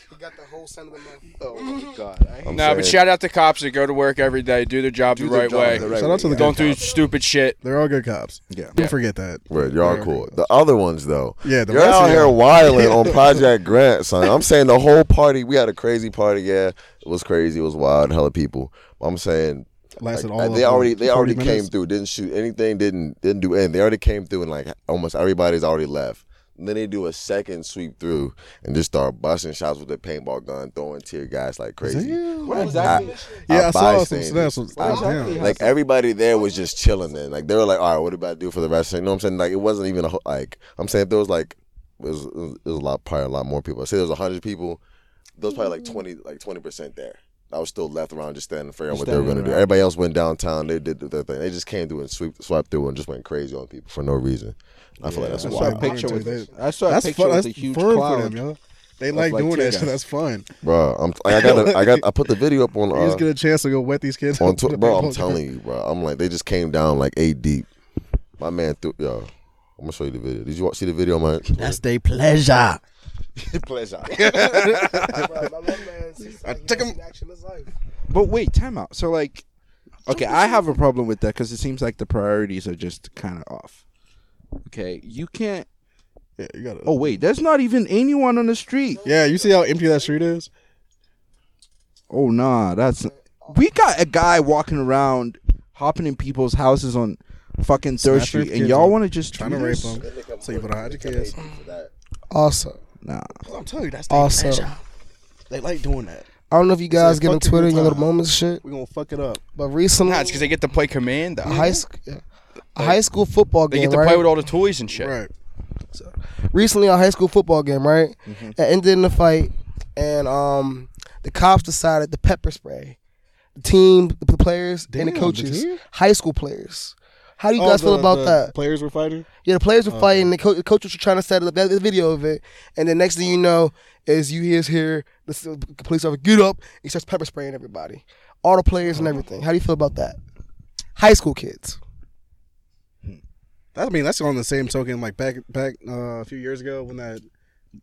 Speaker 6: You got the whole son of the month.
Speaker 4: Oh.
Speaker 3: I'm
Speaker 4: No,
Speaker 3: saying,
Speaker 4: but shout out to cops that go to work every day, do their job the
Speaker 3: their
Speaker 4: right
Speaker 3: job
Speaker 4: way.
Speaker 3: the right
Speaker 2: Shout out to the
Speaker 4: Don't do
Speaker 2: good
Speaker 4: stupid shit.
Speaker 2: They're all good cops.
Speaker 1: Yeah.
Speaker 2: Don't forget that.
Speaker 3: Right, you are cool. The other ones though,
Speaker 2: Yeah, the
Speaker 3: you're
Speaker 2: rest
Speaker 3: out
Speaker 2: of
Speaker 3: here
Speaker 2: y'all.
Speaker 3: wilding on Project Grant, son. I'm saying the whole party. We had a crazy party. Yeah, it was crazy. It was wild. Hella people. I'm saying
Speaker 2: Lasted
Speaker 3: like, uh,
Speaker 2: all.
Speaker 3: they
Speaker 2: of
Speaker 3: already they
Speaker 2: 40
Speaker 3: already came
Speaker 2: minutes.
Speaker 3: through. Didn't shoot anything. Didn't didn't do anything. They already came through, and like almost everybody's already left. And then they do a second sweep through and just start busting shots with their paintball gun, throwing tear gas like crazy.
Speaker 1: What
Speaker 3: I-
Speaker 2: Yeah, I saw some
Speaker 3: bystanders.
Speaker 2: snaps. Some,
Speaker 3: I- like everybody there was just chilling then. Like they were like, all right, what about do for the rest? You know what I'm saying? Like it wasn't even a, ho- like I'm saying if there was like it was, it was a lot probably a lot more people. I say there was hundred people. There was probably like
Speaker 2: Mm-hmm.
Speaker 3: twenty like twenty percent there. I was still left around just standing figuring out what they were gonna do. Everybody else went downtown. They did their thing. They just came through and sweep swept through and just went crazy on people for no reason. I feel like that's
Speaker 1: I
Speaker 2: that's
Speaker 1: saw
Speaker 2: why
Speaker 1: a
Speaker 3: wild,
Speaker 2: big-
Speaker 1: picture with
Speaker 2: That's
Speaker 1: I saw a
Speaker 2: That's
Speaker 1: picture
Speaker 2: fun.
Speaker 1: with
Speaker 2: That's
Speaker 1: a
Speaker 2: huge
Speaker 1: huge
Speaker 2: fun
Speaker 1: cloud.
Speaker 2: for them, yo. They
Speaker 1: of,
Speaker 2: like,
Speaker 1: like,
Speaker 2: doing
Speaker 1: tear
Speaker 2: that shit.
Speaker 1: gas.
Speaker 2: That's fun.
Speaker 3: bro. I'm, I got I got I put the video up on
Speaker 2: you just get
Speaker 3: uh,
Speaker 2: a chance to go wet these kids.
Speaker 3: on
Speaker 2: up with
Speaker 3: tw-
Speaker 2: a
Speaker 3: bro. I'm
Speaker 2: paintball gun.
Speaker 3: telling you, bro. I'm like they just came down like eight deep. My man threw yo. I'm gonna show you the video. Did you wa- see the video, man?
Speaker 2: That's their pleasure.
Speaker 3: pleasure.
Speaker 6: Bro, my one man seems like he
Speaker 2: Take
Speaker 6: hasn't
Speaker 2: him-
Speaker 6: Action his life.
Speaker 1: But wait, time out. So like, okay, I have a problem with that because it seems like the priorities are just kind of off. Okay, you can't.
Speaker 2: Yeah, you gotta.
Speaker 1: Oh wait, there's not even anyone on the street.
Speaker 2: Yeah, you see how empty that street is?
Speaker 1: Oh nah, that's. We got a guy walking around, hopping in people's houses on fucking Third
Speaker 2: Snatching
Speaker 1: Street, and
Speaker 2: kids
Speaker 1: y'all
Speaker 2: up,
Speaker 1: want to just
Speaker 2: Trying
Speaker 1: do
Speaker 2: to rape
Speaker 1: this?
Speaker 2: them. So you put a hundred kids.
Speaker 6: Also,
Speaker 1: Nah.
Speaker 2: I'm telling you, that's
Speaker 6: also,
Speaker 2: They like doing that.
Speaker 6: I don't know if you guys
Speaker 2: Say
Speaker 6: get on
Speaker 2: fuck you
Speaker 6: Twitter
Speaker 2: one
Speaker 6: and your little
Speaker 2: time.
Speaker 6: moments shit,
Speaker 2: We're gonna fuck it up.
Speaker 6: but recently,
Speaker 4: Nah, it's because they get to play commando.
Speaker 6: a high school, a high school football
Speaker 4: They
Speaker 6: game,
Speaker 4: get to
Speaker 6: right?
Speaker 4: play with all the toys and shit.
Speaker 2: Right.
Speaker 6: recently a high school football game, right?
Speaker 4: Mm-hmm.
Speaker 6: That ended in a fight, and um, the cops decided to pepper spray the team, the players, and the
Speaker 2: Damn, the
Speaker 6: coaches,
Speaker 2: team?
Speaker 6: high school players. How do
Speaker 4: Oh,
Speaker 6: you guys feel about that?
Speaker 2: Players were fighting.
Speaker 6: Yeah, the players were
Speaker 2: Oh,
Speaker 6: fighting. The, co- the coaches were trying to set up that the video of it, and the next thing you know is you hears here the s- the police officer get up. He starts pepper spraying everybody, all the players
Speaker 2: Oh.
Speaker 6: and everything. How do you feel about that? High school kids.
Speaker 2: That, I mean, that's on the same token. Like back back uh, a few years ago when that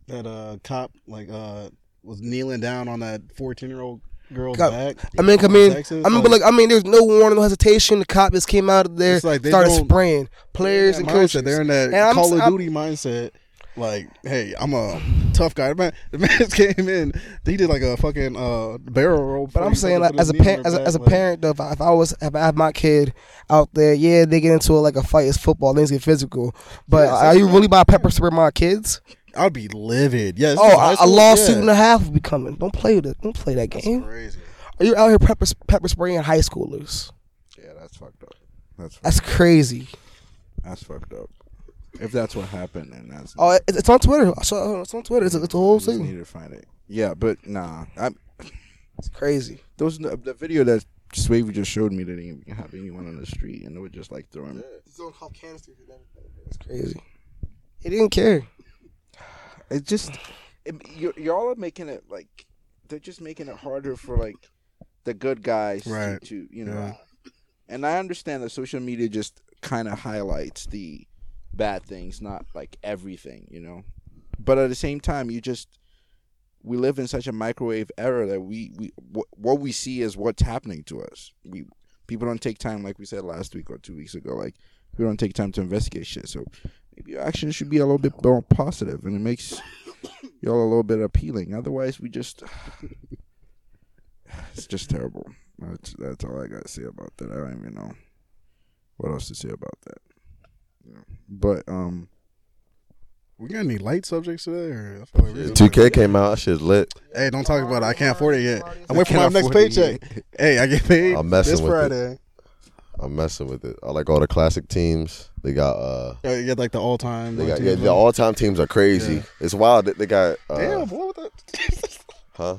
Speaker 2: that uh, cop like uh, was kneeling down on that 14 year old girl's
Speaker 6: Cop-
Speaker 2: back.
Speaker 6: I mean, I mean,
Speaker 2: Texas, Oh.
Speaker 6: I mean, but like, I mean, there's no warning, no hesitation. The cop just came out of there,
Speaker 2: It's like they
Speaker 6: started
Speaker 2: don't-
Speaker 6: spraying players
Speaker 2: that
Speaker 6: and
Speaker 2: mindset.
Speaker 6: coaches.
Speaker 2: They're in that
Speaker 6: And I'm-
Speaker 2: Call of
Speaker 6: I'm-
Speaker 2: Duty mindset. Like, hey, I'm a tough guy. The man, the man came in. He did like a fucking uh, barrel roll.
Speaker 6: But I'm saying, like, as a
Speaker 2: parent,
Speaker 6: parent, as a, as a parent, though, if I, if I was, if I had my kid out there, yeah, they get into like a fight. It's football. Things get physical. But are you really about to pepper spray my kids?
Speaker 2: I'd be livid. Yeah. this is high
Speaker 6: Oh, a, a
Speaker 2: school?
Speaker 6: lawsuit
Speaker 2: Yeah.
Speaker 6: and a half will be coming. Don't play with it. Don't play that game.
Speaker 2: Crazy.
Speaker 6: Are you out here pepper pepper spraying high schoolers?
Speaker 1: Yeah, that's fucked up. That's fucked,
Speaker 6: That's crazy.
Speaker 1: that's fucked up. If that's what happened, then that's.
Speaker 6: Oh, it, it's on Twitter. I saw- It's on Twitter. It's a, it's a
Speaker 1: I
Speaker 6: whole
Speaker 1: just need
Speaker 6: thing.
Speaker 1: to find it. Yeah, but nah. I,
Speaker 6: It's crazy.
Speaker 1: those the video that Swavy just showed me they didn't even have anyone on the street, and they were just like throwing.
Speaker 6: It's crazy. He didn't care.
Speaker 1: It just it, you y'all are making it like they're just making it harder for like the good guys to-
Speaker 2: Right.
Speaker 1: to, you know.
Speaker 2: Yeah.
Speaker 1: And I understand that social media just kind of highlights the bad things, not like everything, you know. But at the same time, you just we live in such a microwave era that we we what, what we see is what's happening to us. We people don't take time, like we said last week or two weeks ago, like we don't take time to investigate shit. So maybe your actions should be a little bit more positive, and it makes y'all a little bit appealing. Otherwise, we just it's just terrible. That's that's all I gotta say about that. I don't even know what else to say about that. Yeah. But um,
Speaker 2: We gonna need light subjects today, or I feel like we-
Speaker 3: 2K came out. That shit's lit.
Speaker 2: Hey, don't talk about it. I can't afford it yet. I'm
Speaker 1: I
Speaker 2: waiting for my
Speaker 1: can't
Speaker 2: next
Speaker 1: afford it
Speaker 2: paycheck. Hey, I get paid
Speaker 3: I'm messing
Speaker 2: this
Speaker 3: with it.
Speaker 2: Friday.
Speaker 3: I'm messing with it. I like all the classic teams. They got uh,
Speaker 2: Yeah, you get like the all time.
Speaker 3: they got yeah, the all time teams are crazy. It's wild. that They got uh,
Speaker 2: Damn, boy, what the?
Speaker 3: huh?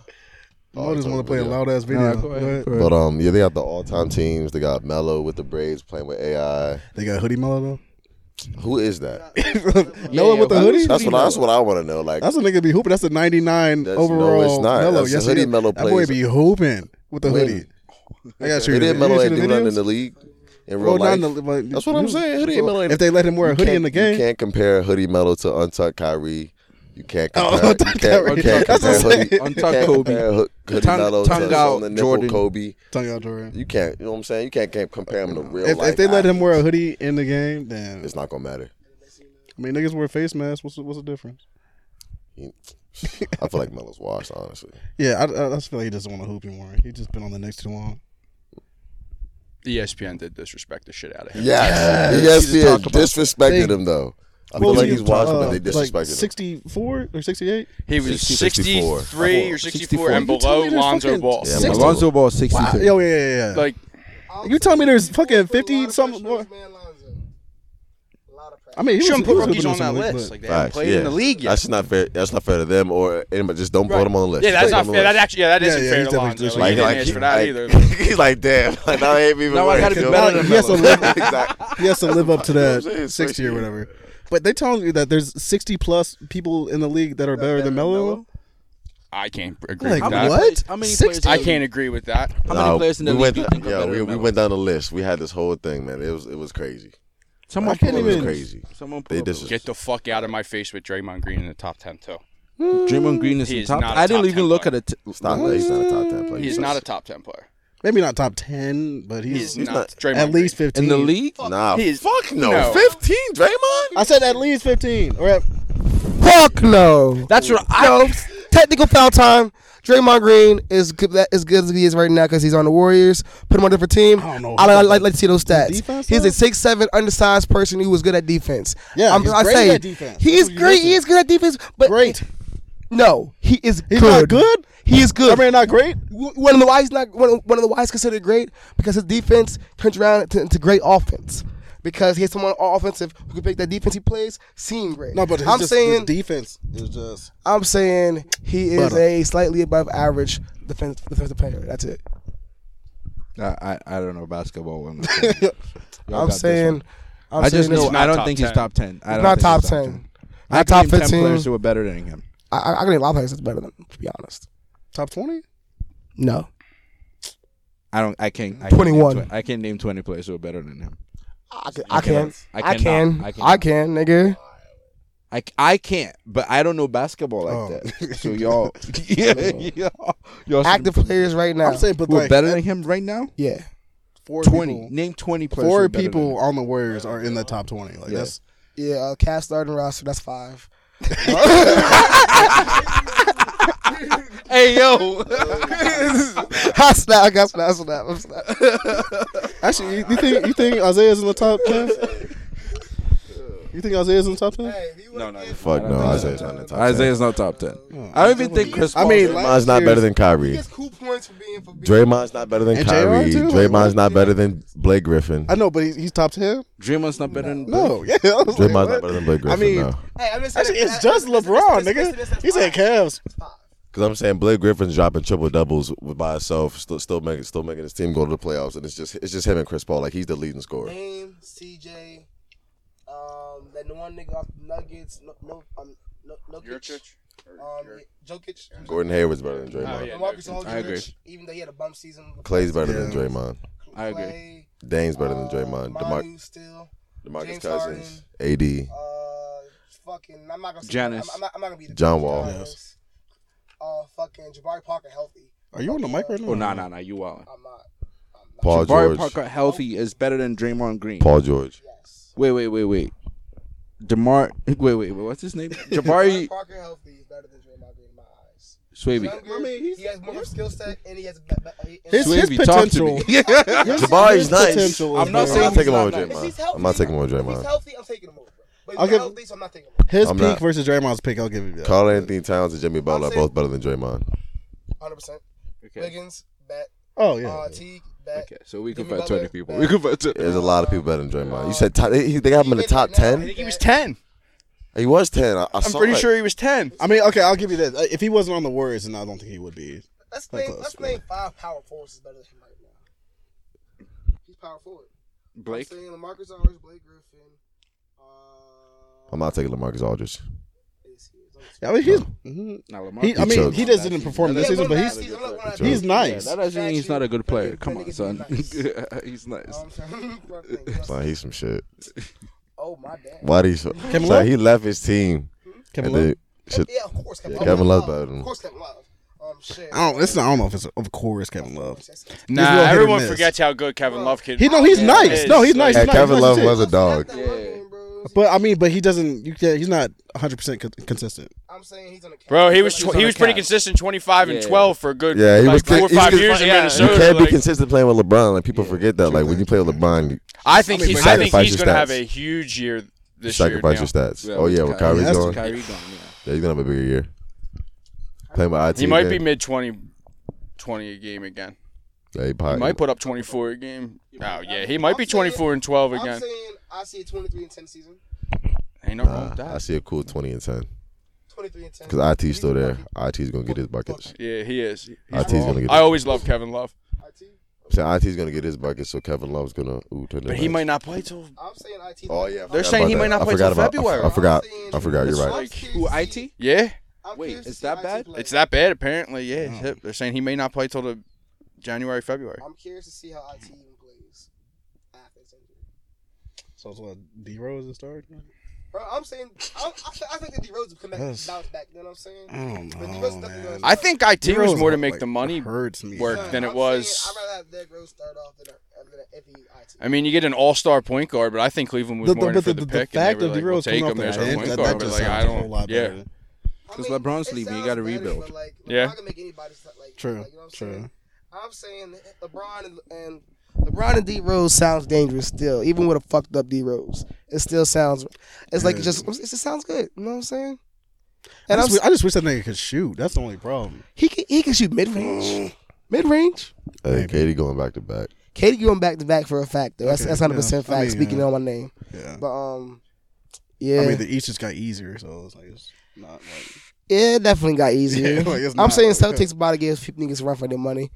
Speaker 2: I just want to play a
Speaker 3: Yeah.
Speaker 2: loud ass video.
Speaker 1: Nah, go ahead,
Speaker 2: Go ahead.
Speaker 1: go ahead.
Speaker 3: But um, yeah, they got the all time teams. They got Mello with the Braves playing with AI.
Speaker 2: They got hoodie mellow
Speaker 3: Who is that?
Speaker 2: though. no one with the hoodie.
Speaker 3: That's what I, that's what I want to know. Like
Speaker 2: That's a nigga be hooping. That's a 99
Speaker 3: That's- no,
Speaker 2: overall.
Speaker 3: it's not.
Speaker 2: Mellow.
Speaker 3: That's a
Speaker 2: yes,
Speaker 3: hoodie
Speaker 2: it is.
Speaker 3: Mellow
Speaker 2: That boy
Speaker 3: plays.
Speaker 2: be hooping with the
Speaker 3: When?
Speaker 2: hoodie. I got you.
Speaker 3: Hoodie and Melo
Speaker 2: You
Speaker 3: ain't
Speaker 2: see the
Speaker 3: do nothing in
Speaker 2: videos?
Speaker 3: the league in real
Speaker 2: Well, not
Speaker 3: life.
Speaker 2: in the- but-
Speaker 3: That's what I'm saying. Hoodie and Melo. ain't-
Speaker 2: If they let him wear a
Speaker 3: You
Speaker 2: hoodie
Speaker 3: can't-
Speaker 2: in the game,
Speaker 3: you can't compare hoodie Melo to untucked Kyrie. You can't compare.
Speaker 2: Oh,
Speaker 3: you
Speaker 2: Untucked
Speaker 3: can't,
Speaker 2: Kyrie.
Speaker 3: you can't
Speaker 2: That's
Speaker 3: compare
Speaker 2: what I'm
Speaker 3: hoodie.
Speaker 1: saying.
Speaker 3: you
Speaker 1: Untucked
Speaker 3: can't
Speaker 1: Kobe.
Speaker 3: compare Ho- hoodie
Speaker 1: Tongue-
Speaker 3: Melo
Speaker 1: tongue
Speaker 3: to
Speaker 1: out,
Speaker 3: on the nipple
Speaker 1: Jordan.
Speaker 3: Kobe.
Speaker 2: tongue out Jordan.
Speaker 3: You can't. You know what I'm saying? You can't, can't compare him to real
Speaker 2: If,
Speaker 3: life.
Speaker 2: if they let him
Speaker 3: athletes.
Speaker 2: wear a hoodie in the game, then
Speaker 3: it's not gonna matter.
Speaker 2: I mean niggas wear face masks. What's the- what's the difference?
Speaker 3: He- I feel like Melo's washed, honestly.
Speaker 2: Yeah, I, I, I just feel like he doesn't want to hoop anymore. He just been on the Knicks too long.
Speaker 4: ESPN did disrespect the shit out of him.
Speaker 3: Yes,
Speaker 1: We just
Speaker 3: ESPN
Speaker 1: talked about
Speaker 3: disrespected
Speaker 2: They-
Speaker 3: him though. I
Speaker 2: What
Speaker 3: feel
Speaker 2: was
Speaker 3: like
Speaker 2: he,
Speaker 3: he's washed,
Speaker 2: uh,
Speaker 3: but they disrespected
Speaker 2: like
Speaker 3: him.
Speaker 2: 64 or 68.
Speaker 4: He was
Speaker 3: 64.
Speaker 4: 63 or 64 and
Speaker 2: You tell
Speaker 4: below
Speaker 2: me there's
Speaker 4: Lonzo
Speaker 2: fucking
Speaker 4: Ball.
Speaker 3: Yeah,
Speaker 2: Sixty-
Speaker 3: Lonzo-
Speaker 1: Lonzo Ball sixty
Speaker 2: Wow.
Speaker 1: three.
Speaker 2: Yo, yeah, yeah, yeah.
Speaker 4: Like,
Speaker 2: you tell me there's fucking 50 something more. I mean, he was,
Speaker 4: shouldn't
Speaker 2: he
Speaker 4: put
Speaker 2: was
Speaker 4: rookies
Speaker 2: hooping
Speaker 4: on that
Speaker 2: in some
Speaker 4: list.
Speaker 2: league,
Speaker 4: Like, they haven't
Speaker 3: Facts,
Speaker 4: played
Speaker 3: yeah.
Speaker 4: in the league yet.
Speaker 3: That's not fair. That's not fair to them or anybody. Just don't put him on the list.
Speaker 4: yeah, that's
Speaker 3: Just
Speaker 4: not
Speaker 3: put him on
Speaker 4: fair. That
Speaker 3: the list.
Speaker 4: actually, yeah, that
Speaker 2: Yeah,
Speaker 4: isn't
Speaker 2: yeah,
Speaker 4: fair
Speaker 2: he's
Speaker 4: to Lonzo.
Speaker 2: definitely disrespecting
Speaker 4: Like, he
Speaker 2: him.
Speaker 4: didn't ask for that either.
Speaker 3: like- he's like, damn. Like, now I ain't even.
Speaker 1: Now I
Speaker 3: worried,
Speaker 1: gotta be
Speaker 3: yo.
Speaker 1: better than
Speaker 2: Yes, Melo. a little-
Speaker 3: Exactly.
Speaker 2: but he has to live up to
Speaker 3: That's what I'm
Speaker 2: that
Speaker 3: saying,
Speaker 2: 60
Speaker 3: 60.
Speaker 2: or whatever. But they telling you that there's 60 plus people in the league that are better than Melo.
Speaker 4: I can't agree
Speaker 2: Like
Speaker 4: with that.
Speaker 2: what?
Speaker 1: How many
Speaker 2: 60?
Speaker 1: players-
Speaker 4: I can't agree with that.
Speaker 1: How many
Speaker 3: Nah,
Speaker 1: players in the
Speaker 3: we
Speaker 1: league
Speaker 3: went,
Speaker 1: do you think are
Speaker 3: Yeah,
Speaker 1: better
Speaker 3: we,
Speaker 1: than
Speaker 3: we
Speaker 1: Melo?
Speaker 3: went down the list. We had this whole thing, man. It was it was crazy.
Speaker 1: Someone
Speaker 2: I can't
Speaker 1: pull up
Speaker 3: It was
Speaker 1: his-
Speaker 2: even-
Speaker 3: crazy.
Speaker 1: Someone pull
Speaker 3: They
Speaker 1: up his-
Speaker 3: disres-
Speaker 4: Get the fuck out of my face with Draymond Green in the top 10, too.
Speaker 1: Draymond Green is
Speaker 4: He
Speaker 1: in
Speaker 4: is
Speaker 1: top.
Speaker 4: not a
Speaker 1: I didn't
Speaker 4: top
Speaker 1: even
Speaker 4: 10
Speaker 1: look at
Speaker 4: player.
Speaker 1: it.
Speaker 3: It's not. He's not a top ten player.
Speaker 4: He is not a top 10 player.
Speaker 2: Maybe not top 10, but
Speaker 4: He
Speaker 2: he's,
Speaker 4: is not.
Speaker 3: not-
Speaker 4: Draymond
Speaker 2: at least
Speaker 4: Green.
Speaker 2: 15.
Speaker 1: in the league.
Speaker 3: Nah,
Speaker 4: He is-
Speaker 3: fuck no.
Speaker 4: no.
Speaker 3: Fifteen, Draymond.
Speaker 2: I said at least 15. Or at,
Speaker 6: Fuck no.
Speaker 1: That's what I.
Speaker 6: Yo, technical foul time. Draymond Green is good, that is good as he is right now because he's on the Warriors. Put him on a different team.
Speaker 2: I don't know.
Speaker 6: I like, like, like to see those stats.
Speaker 2: defense,
Speaker 6: he's
Speaker 2: though?
Speaker 6: a six seven undersized person who was good at defense.
Speaker 2: Yeah,
Speaker 6: I'm,
Speaker 2: he's
Speaker 6: I
Speaker 2: great
Speaker 6: say
Speaker 2: at defense.
Speaker 6: He
Speaker 2: That's
Speaker 6: is
Speaker 2: what you
Speaker 6: great.
Speaker 2: missing.
Speaker 6: He is good at defense. But
Speaker 2: great.
Speaker 6: No, he is
Speaker 2: He's
Speaker 6: good.
Speaker 2: not good?
Speaker 6: He is good.
Speaker 2: I mean, not great.
Speaker 6: W- one of the why he's not one of, one of the why he's considered great because his defense turns around to, into great offense because he has someone on offensive who can make that defense he plays seem great.
Speaker 2: No, but his,
Speaker 6: I'm
Speaker 2: just, his
Speaker 6: saying
Speaker 2: defense is just.
Speaker 6: I'm saying he is
Speaker 2: Butter.
Speaker 6: a slightly above average defense, defensive player. That's it.
Speaker 1: I, I I don't know basketball. I'm, not saying. Y'all got
Speaker 6: I'm
Speaker 1: this
Speaker 6: saying
Speaker 1: one.
Speaker 6: I'm
Speaker 1: I just
Speaker 6: saying
Speaker 1: know
Speaker 6: it's-
Speaker 4: not
Speaker 1: I don't
Speaker 4: top
Speaker 1: think
Speaker 4: 10.
Speaker 1: he's top ten. I
Speaker 6: He's
Speaker 1: don't
Speaker 6: not
Speaker 1: think
Speaker 6: top
Speaker 1: he's
Speaker 6: 10.
Speaker 1: I
Speaker 6: Not
Speaker 1: can
Speaker 6: top
Speaker 1: name 10
Speaker 6: 15.
Speaker 1: players who are better than him.
Speaker 6: I, I, I can name a lot of players that's better than him, to be honest.
Speaker 2: Top 20?
Speaker 6: No.
Speaker 1: I don't. I can't. I can't name
Speaker 6: 21.
Speaker 1: twen- I can't name twenty players who are better than him.
Speaker 6: I can. I can.
Speaker 1: I cannot.
Speaker 6: I can.
Speaker 1: I cannot.
Speaker 6: I can, nigga.
Speaker 1: I, I can't, but I don't know basketball like
Speaker 2: Oh.
Speaker 1: that. So y'all, yeah, y'all, y'all should-
Speaker 6: Active players right now.
Speaker 2: I'm saying, but
Speaker 1: who are
Speaker 2: like
Speaker 1: better than him right now.
Speaker 6: yeah.
Speaker 2: four
Speaker 1: Twenty.
Speaker 2: people-
Speaker 1: Name twenty players. who
Speaker 2: four
Speaker 1: are better than
Speaker 2: people
Speaker 1: him.
Speaker 2: on the Warriors are in the top twenty. Like
Speaker 1: Yeah.
Speaker 2: that's
Speaker 6: Yeah, uh, cast starting roster, that's five.
Speaker 1: Hey yo,
Speaker 6: I snap, I got snap, I snap, I snap.
Speaker 2: actually. You, you think you think Isaiah's in the top ten? You think Isaiah's in the top ten?
Speaker 4: No, no.
Speaker 3: Fuck no. Isaiah's not in the top ten.
Speaker 1: Isaiah's not top ten. I don't even think Chris.
Speaker 2: I
Speaker 1: Paul's
Speaker 2: mean,
Speaker 1: in-
Speaker 2: like-
Speaker 3: Draymond's not better than Kyrie.
Speaker 6: cool points for being for being.
Speaker 3: Draymond's not better than
Speaker 2: And JR
Speaker 3: Kyrie.
Speaker 2: too?
Speaker 3: Draymond's not better than Blake Griffin.
Speaker 2: I know, but he's, he's top ten.
Speaker 1: Draymond's not better than
Speaker 2: No, yeah. I was like,
Speaker 3: Draymond's not
Speaker 2: what?
Speaker 3: better than Blake
Speaker 2: I
Speaker 3: Griffin.
Speaker 2: mean,
Speaker 3: no.
Speaker 6: Hey, I'm just
Speaker 2: actually, it's just LeBron, nigga. He said Cavs.
Speaker 3: Because I'm saying Blake Griffin's dropping triple doubles with- by himself, still still making still making his team go to the playoffs, and it's just it's just him and Chris Paul. Like he's the leading scorer.
Speaker 6: Dame, CJ, um, that one nigga off the Nuggets, no, no, um, no, no, um, Jokic,
Speaker 3: Gordon Hayward's better than
Speaker 4: Oh,
Speaker 3: Draymond.
Speaker 4: yeah.
Speaker 6: Marcus Aldridge.
Speaker 1: I agree.
Speaker 6: Even though he had a bump season.
Speaker 3: Clay's better than
Speaker 2: Yeah.
Speaker 3: Draymond.
Speaker 1: I agree.
Speaker 6: Clay,
Speaker 3: Dane's better than
Speaker 6: uh,
Speaker 3: Draymond. DeMar-
Speaker 2: Um,
Speaker 6: Manu still.
Speaker 3: DeMarcus
Speaker 6: James
Speaker 3: Cousins, AD,
Speaker 6: Uh, fucking, I'm not gonna. say-
Speaker 1: Giannis.
Speaker 6: I'm, I'm not, I'm not gonna be the
Speaker 3: John Wall.
Speaker 6: Giannis. Uh, fucking Jabari Parker healthy.
Speaker 2: Are you on the mic right now?
Speaker 1: Oh no no no, you are.
Speaker 6: I'm not. I'm not.
Speaker 1: Jabari
Speaker 3: Paul George,
Speaker 1: Parker healthy is better than Draymond Green.
Speaker 3: Paul George.
Speaker 6: Yes.
Speaker 1: Wait wait wait wait. Demar, wait wait wait. What's his name? Jabari
Speaker 6: Jabari Parker healthy is better than Draymond Green in my eyes.
Speaker 1: Swaby.
Speaker 6: Younger, he has more of a skill set and he has. Be- be- and
Speaker 2: His-
Speaker 1: Swaby, talk to me.
Speaker 3: Jabari's nice.
Speaker 2: potential is
Speaker 1: I'm not
Speaker 2: better.
Speaker 1: saying
Speaker 3: I'm not taking him over
Speaker 1: he's not nice.
Speaker 6: if he's
Speaker 3: Draymond.
Speaker 6: healthy,
Speaker 3: I'm not taking him over
Speaker 6: If he's
Speaker 3: Draymond.
Speaker 6: healthy, I'm taking him over. But he's
Speaker 2: I'll
Speaker 6: not
Speaker 2: give-
Speaker 6: healthy, so I'm not taking him over.
Speaker 2: His
Speaker 3: I'm
Speaker 2: peak
Speaker 3: not.
Speaker 2: versus Draymond's peak. I'll give you that.
Speaker 3: Carl Anthony Towns and Jimmy Butler are
Speaker 6: saying-
Speaker 3: both better than Draymond.
Speaker 6: 100. percent Wiggins, bet.
Speaker 2: Oh
Speaker 6: Uh,
Speaker 2: yeah.
Speaker 6: Teague, back.
Speaker 1: Okay, so we
Speaker 6: Jimmy
Speaker 1: confess
Speaker 6: Butler,
Speaker 1: twenty people.
Speaker 6: back.
Speaker 1: We confess twenty.
Speaker 3: There's a lot of people better than Draymond. You said top, they, they got him in the top
Speaker 4: I
Speaker 3: ten.
Speaker 4: think he was ten.
Speaker 3: He was ten. I, I
Speaker 4: I'm
Speaker 3: saw
Speaker 4: pretty
Speaker 3: it.
Speaker 4: sure he was ten.
Speaker 2: I mean, okay, I'll give you this. Uh, If he wasn't on the Warriors, then I don't think he would be.
Speaker 6: Let's
Speaker 2: Like
Speaker 6: name,
Speaker 2: close,
Speaker 6: let's
Speaker 2: bro.
Speaker 6: name five power forwards is better than him right now. He's power forward.
Speaker 1: Blake.
Speaker 6: I'm saying LaMarcus Aldridge, Blake Griffin. Uh,
Speaker 3: I'm not taking Lamarcus Aldridge.
Speaker 6: is he- is
Speaker 2: I mean, he's. Mm-hmm.
Speaker 1: Nah, Lamar-
Speaker 2: He, I
Speaker 3: He
Speaker 2: mean,
Speaker 3: choked.
Speaker 2: he just didn't perform this
Speaker 6: Yeah,
Speaker 2: season,
Speaker 6: but
Speaker 2: but
Speaker 6: last
Speaker 2: he's
Speaker 6: season, look, when I-
Speaker 2: he's
Speaker 3: Yeah,
Speaker 1: Yeah,
Speaker 2: nice.
Speaker 1: that doesn't mean he's not a good player.
Speaker 6: That
Speaker 1: Come on,
Speaker 6: nigga's
Speaker 1: son.
Speaker 6: nice.
Speaker 1: he's nice.
Speaker 6: Um, so- front thing,
Speaker 3: Nah, he's some shit.
Speaker 6: oh my dad.
Speaker 3: Why do you? So,
Speaker 2: Kevin Love?
Speaker 3: he left his team.
Speaker 2: Kevin
Speaker 3: and
Speaker 2: Love?
Speaker 3: then- shit,
Speaker 6: Yeah, of course. Kevin,
Speaker 3: Yeah, Kevin Love better than him.
Speaker 6: Of course, Kevin Love. Um, shit.
Speaker 2: I don't. It's not, I don't know if it's of course Kevin Love. real hit
Speaker 4: Nah,
Speaker 2: or
Speaker 4: everyone
Speaker 2: miss.
Speaker 4: forgets how good Kevin Love can.
Speaker 2: He no, he's
Speaker 4: Yeah,
Speaker 2: nice. No, he's nice.
Speaker 3: Yeah,
Speaker 2: he's nice,
Speaker 3: Kevin
Speaker 2: he's
Speaker 3: Love
Speaker 2: nice as
Speaker 3: was
Speaker 2: shit.
Speaker 3: a dog.
Speaker 2: But I mean, but he doesn't. You can't, he's not 100 percent consistent.
Speaker 6: I'm saying he's on the.
Speaker 4: Bro, he was
Speaker 2: He's on
Speaker 4: tw- he
Speaker 2: the
Speaker 4: was pretty
Speaker 2: Cavs.
Speaker 4: consistent, twenty five and
Speaker 1: Yeah.
Speaker 4: twelve for a good
Speaker 3: Yeah, he
Speaker 4: like,
Speaker 3: was
Speaker 4: four or
Speaker 3: he's
Speaker 4: five
Speaker 3: good-
Speaker 4: years in
Speaker 3: yeah.
Speaker 4: Minnesota.
Speaker 3: You can't be
Speaker 4: like,
Speaker 3: consistent playing with LeBron. Like people forget that. Like when you play with LeBron, you
Speaker 4: I think
Speaker 2: I mean,
Speaker 4: he's
Speaker 2: but
Speaker 4: I think
Speaker 3: sacrifice
Speaker 4: he's
Speaker 3: your
Speaker 4: gonna have
Speaker 3: stats.
Speaker 4: a huge year this year.
Speaker 3: sacrifice
Speaker 4: now.
Speaker 3: your stats. oh yeah, with Kyrie
Speaker 2: Yeah,
Speaker 3: gone,
Speaker 2: that's-
Speaker 3: yeah,
Speaker 1: Kyrie gone. Yeah.
Speaker 3: he's gonna have a bigger year. Playing with IT,
Speaker 4: He might be
Speaker 3: again.
Speaker 4: mid 20, 20 a game again.
Speaker 3: Yeah, he
Speaker 4: He
Speaker 3: probably,
Speaker 4: might put up twenty four a game. Oh yeah, he might be twenty four and twelve
Speaker 6: I'm
Speaker 4: again.
Speaker 6: saying I see a 23 and 10 season.
Speaker 4: Ain't nothing wrong
Speaker 3: Nah,
Speaker 4: with
Speaker 3: I
Speaker 4: that.
Speaker 3: see a cool twenty and ten
Speaker 6: 23 and 10.
Speaker 3: because IT's still there. IT's gonna get his buckets.
Speaker 4: Yeah, he is.
Speaker 3: IT's
Speaker 4: He's-
Speaker 3: gonna get.
Speaker 4: I always love Kevin Love,
Speaker 6: IT.
Speaker 3: So IT's gonna get his bucket, so Kevin Love's gonna. Ooh, turn
Speaker 4: but he might not play till.
Speaker 6: I'm saying IT.
Speaker 3: Oh yeah, I
Speaker 4: They're
Speaker 3: forgot
Speaker 4: saying
Speaker 3: about
Speaker 4: he
Speaker 3: that.
Speaker 4: might not
Speaker 3: I
Speaker 4: play
Speaker 3: forgot
Speaker 4: till
Speaker 3: about-
Speaker 4: February.
Speaker 3: I forgot. I forgot. You're right.
Speaker 1: Who it?
Speaker 4: Yeah,
Speaker 1: Wait, is that bad?
Speaker 4: it's that bad apparently. Yeah, it's hip. they're saying he may not play till the January February.
Speaker 6: I'm curious to see how IT even plays after his injury.
Speaker 2: So it's what D Rose is starting.
Speaker 6: Bro, I'm saying I'm, I, th- I think that D Rose will come back,
Speaker 2: Yes.
Speaker 6: bounce back. You know what I'm saying?
Speaker 2: I don't
Speaker 6: But D
Speaker 2: know,
Speaker 6: Rose definitely
Speaker 2: man.
Speaker 6: gonna-
Speaker 4: I think IT was
Speaker 2: Heroes
Speaker 4: more to
Speaker 2: not,
Speaker 4: make
Speaker 2: like,
Speaker 4: the money.
Speaker 2: hurts me.
Speaker 4: work. than it
Speaker 6: I'm
Speaker 4: was-
Speaker 6: Saying, I'd rather have Derrick Rose start off than a, than an iffy IT.
Speaker 4: I mean, you get an all-star point guard, but I think Cleveland was
Speaker 2: The,
Speaker 4: more
Speaker 2: the,
Speaker 4: in
Speaker 2: but
Speaker 4: it
Speaker 2: the,
Speaker 4: for the,
Speaker 2: the, the
Speaker 4: pick.
Speaker 2: fact
Speaker 4: and they
Speaker 2: of
Speaker 4: were
Speaker 2: D
Speaker 4: like, we'll
Speaker 2: Rose
Speaker 4: take
Speaker 2: coming
Speaker 4: him
Speaker 2: off the
Speaker 4: as our
Speaker 2: bench,
Speaker 4: point
Speaker 2: that,
Speaker 4: guard,
Speaker 2: that
Speaker 4: but
Speaker 2: just
Speaker 4: like I
Speaker 2: sounds a whole
Speaker 4: don't.
Speaker 2: lot
Speaker 4: Yeah,
Speaker 2: better.
Speaker 6: I
Speaker 1: 'Cause
Speaker 6: mean,
Speaker 1: LeBron's
Speaker 6: it
Speaker 1: leaving, you
Speaker 6: sounds
Speaker 1: gotta
Speaker 6: better,
Speaker 1: rebuild.
Speaker 6: but, Like, LeBron
Speaker 4: Yeah.
Speaker 6: can make anybody sound like
Speaker 2: True,
Speaker 6: Like, you know what I'm
Speaker 2: true.
Speaker 6: saying? I'm saying that LeBron and, and LeBron and D Rose sounds dangerous still, even with a fucked up D Rose. It still sounds. It's like it just. It just sounds good. You know what I'm saying?
Speaker 2: I
Speaker 6: And I'm,
Speaker 2: just,
Speaker 6: s-
Speaker 2: wi- I just wish that nigga could shoot. That's the only problem.
Speaker 6: he can he can shoot mid
Speaker 2: Mm.
Speaker 6: range, mid range.
Speaker 3: Hey, Katie going back to back.
Speaker 6: Katie going back to back for a fact though. That's
Speaker 2: Okay,
Speaker 6: that's hundred percent
Speaker 2: yeah. I
Speaker 6: fact.
Speaker 2: mean,
Speaker 6: speaking
Speaker 2: yeah.
Speaker 6: on my name,
Speaker 2: Yeah.
Speaker 6: but um, yeah,
Speaker 2: I mean, the East just got easier, so it's like it's not like
Speaker 6: yeah, it definitely got easier.
Speaker 2: Yeah, like, it's
Speaker 6: I'm
Speaker 2: not-
Speaker 6: saying Celtics about to give people niggas run for their money.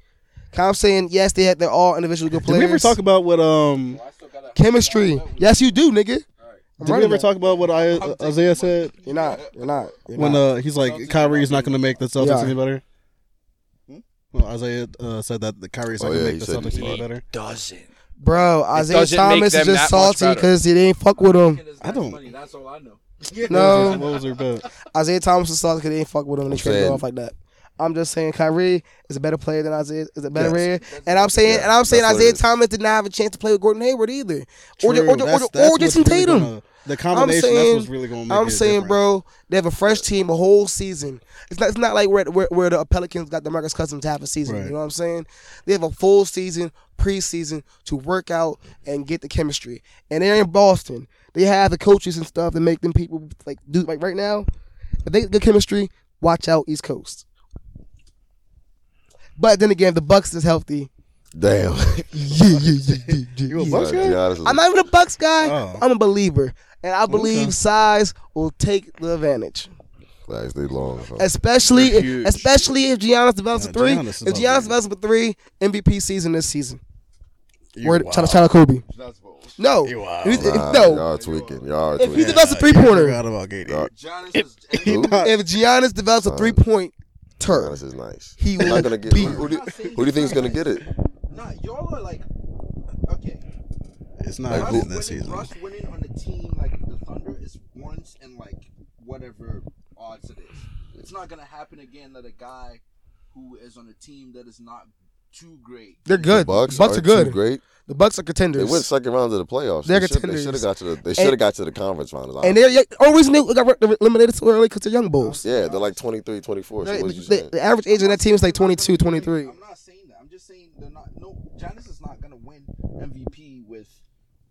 Speaker 6: 'Cause I'm saying yes, they had they're all individually good
Speaker 2: Did
Speaker 6: players.
Speaker 2: we ever talk about what um?
Speaker 6: chemistry? Yes, you do, nigga. I'm
Speaker 2: Did we
Speaker 6: running
Speaker 2: ever
Speaker 6: that.
Speaker 2: talk about what I, uh, Isaiah said
Speaker 6: You're not. You're not. You're
Speaker 2: when
Speaker 6: not.
Speaker 2: uh he's like Kyrie's not going to make the Celtics
Speaker 6: Yeah.
Speaker 2: any better? Well, Isaiah uh, said that the Kyrie's
Speaker 3: Oh,
Speaker 2: not going
Speaker 3: yeah, he
Speaker 2: to make the
Speaker 3: said
Speaker 2: Celtics
Speaker 3: he-
Speaker 2: any better.
Speaker 4: doesn't.
Speaker 6: bro, Isaiah
Speaker 4: doesn't make
Speaker 6: Thomas
Speaker 4: them that
Speaker 6: is
Speaker 4: much
Speaker 6: just salty
Speaker 4: better.
Speaker 6: because you didn't fuck with him.
Speaker 2: I don't.
Speaker 1: That's all I know.
Speaker 6: No.
Speaker 2: What was her bet?
Speaker 6: Isaiah Thomas is salty because they didn't fuck with him and they
Speaker 3: I'm
Speaker 6: traded him
Speaker 3: saying-
Speaker 6: off like that. I'm just saying Kyrie is a better player than Isaiah is a better
Speaker 2: Yes.
Speaker 6: player. And I'm saying
Speaker 3: yeah,
Speaker 6: and I'm saying
Speaker 3: that's what it
Speaker 6: Isaiah
Speaker 3: is.
Speaker 6: Thomas did not have a chance to play with Gordon Hayward either. Or
Speaker 2: True,
Speaker 6: or or,
Speaker 2: that's-
Speaker 6: or,
Speaker 2: that's
Speaker 6: or
Speaker 2: what's
Speaker 6: Jason
Speaker 2: really
Speaker 6: Tatum.
Speaker 2: gonna- the combination that's what's really going to make
Speaker 6: I'm
Speaker 2: it
Speaker 6: saying,
Speaker 2: different.
Speaker 6: bro, they have a fresh team, a whole season. It's not, it's not like where, where where the Pelicans got DeMarcus Cousins half a season.
Speaker 2: Right.
Speaker 6: You know what I'm saying? They have a full season, preseason to work out and get the chemistry. And they're in Boston. They have the coaches and stuff that make them people like do like right now. If they get good chemistry, watch out East Coast. But then again, if the Bucks is healthy.
Speaker 3: Damn.
Speaker 6: Yeah, yeah, yeah, yeah,
Speaker 2: You a Bucks guy?
Speaker 6: I'm not even a Bucks guy.
Speaker 2: Oh.
Speaker 6: I'm a believer, and I believe
Speaker 2: Okay.
Speaker 6: size will take the advantage,
Speaker 3: Facts, they long. huh?
Speaker 6: especially
Speaker 4: They're huge.
Speaker 6: especially if Giannis develops
Speaker 2: Yeah,
Speaker 6: a three.
Speaker 2: Giannis is
Speaker 6: if
Speaker 2: about
Speaker 6: Giannis
Speaker 2: to-
Speaker 6: develops a three MVP season this season,
Speaker 2: You
Speaker 6: word
Speaker 2: wild.
Speaker 6: shout out- shout out Kobe.
Speaker 1: That's bullshit.
Speaker 6: No,
Speaker 2: You wild.
Speaker 6: If- if-
Speaker 3: Nah,
Speaker 6: no.
Speaker 3: y'all tweaking. Y'all
Speaker 6: If you
Speaker 3: tweaking.
Speaker 6: develop a three
Speaker 2: I
Speaker 6: pointer,
Speaker 2: forgot about Katie.
Speaker 3: Y'all-
Speaker 1: Giannis is
Speaker 3: Who?
Speaker 6: if Giannis develops a three point turn,
Speaker 3: Giannis is nice.
Speaker 6: He
Speaker 3: He's
Speaker 6: will
Speaker 3: not gonna get.
Speaker 6: be-
Speaker 3: Who, who do, who do you think is gonna get it?
Speaker 1: Nah, y'all are like okay.
Speaker 2: It's not
Speaker 1: Russ
Speaker 2: winning
Speaker 1: winning,
Speaker 2: this season.
Speaker 1: Russ winning on a team like the Thunder is once in like whatever odds it is. It's not gonna happen again that a guy who is on a team that is not too great.
Speaker 6: they're good.
Speaker 3: Bucks,
Speaker 6: are
Speaker 3: aren't Too
Speaker 6: good.
Speaker 3: great.
Speaker 6: The Bucks are
Speaker 3: They
Speaker 6: contenders.
Speaker 3: went second round to the playoffs.
Speaker 6: They're
Speaker 3: they should,
Speaker 6: contenders.
Speaker 3: have got to the. They should have got to the conference finals.
Speaker 6: and they're yeah, only reason they got re- eliminated so early because they're young bulls.
Speaker 3: yeah, they're like 23, 24. So
Speaker 6: They-
Speaker 3: what you
Speaker 6: they-
Speaker 3: saying?
Speaker 6: the average age of that team is like 22, 23.
Speaker 1: I'm not saying that. I'm just saying they're not. No, Giannis is not gonna win MVP with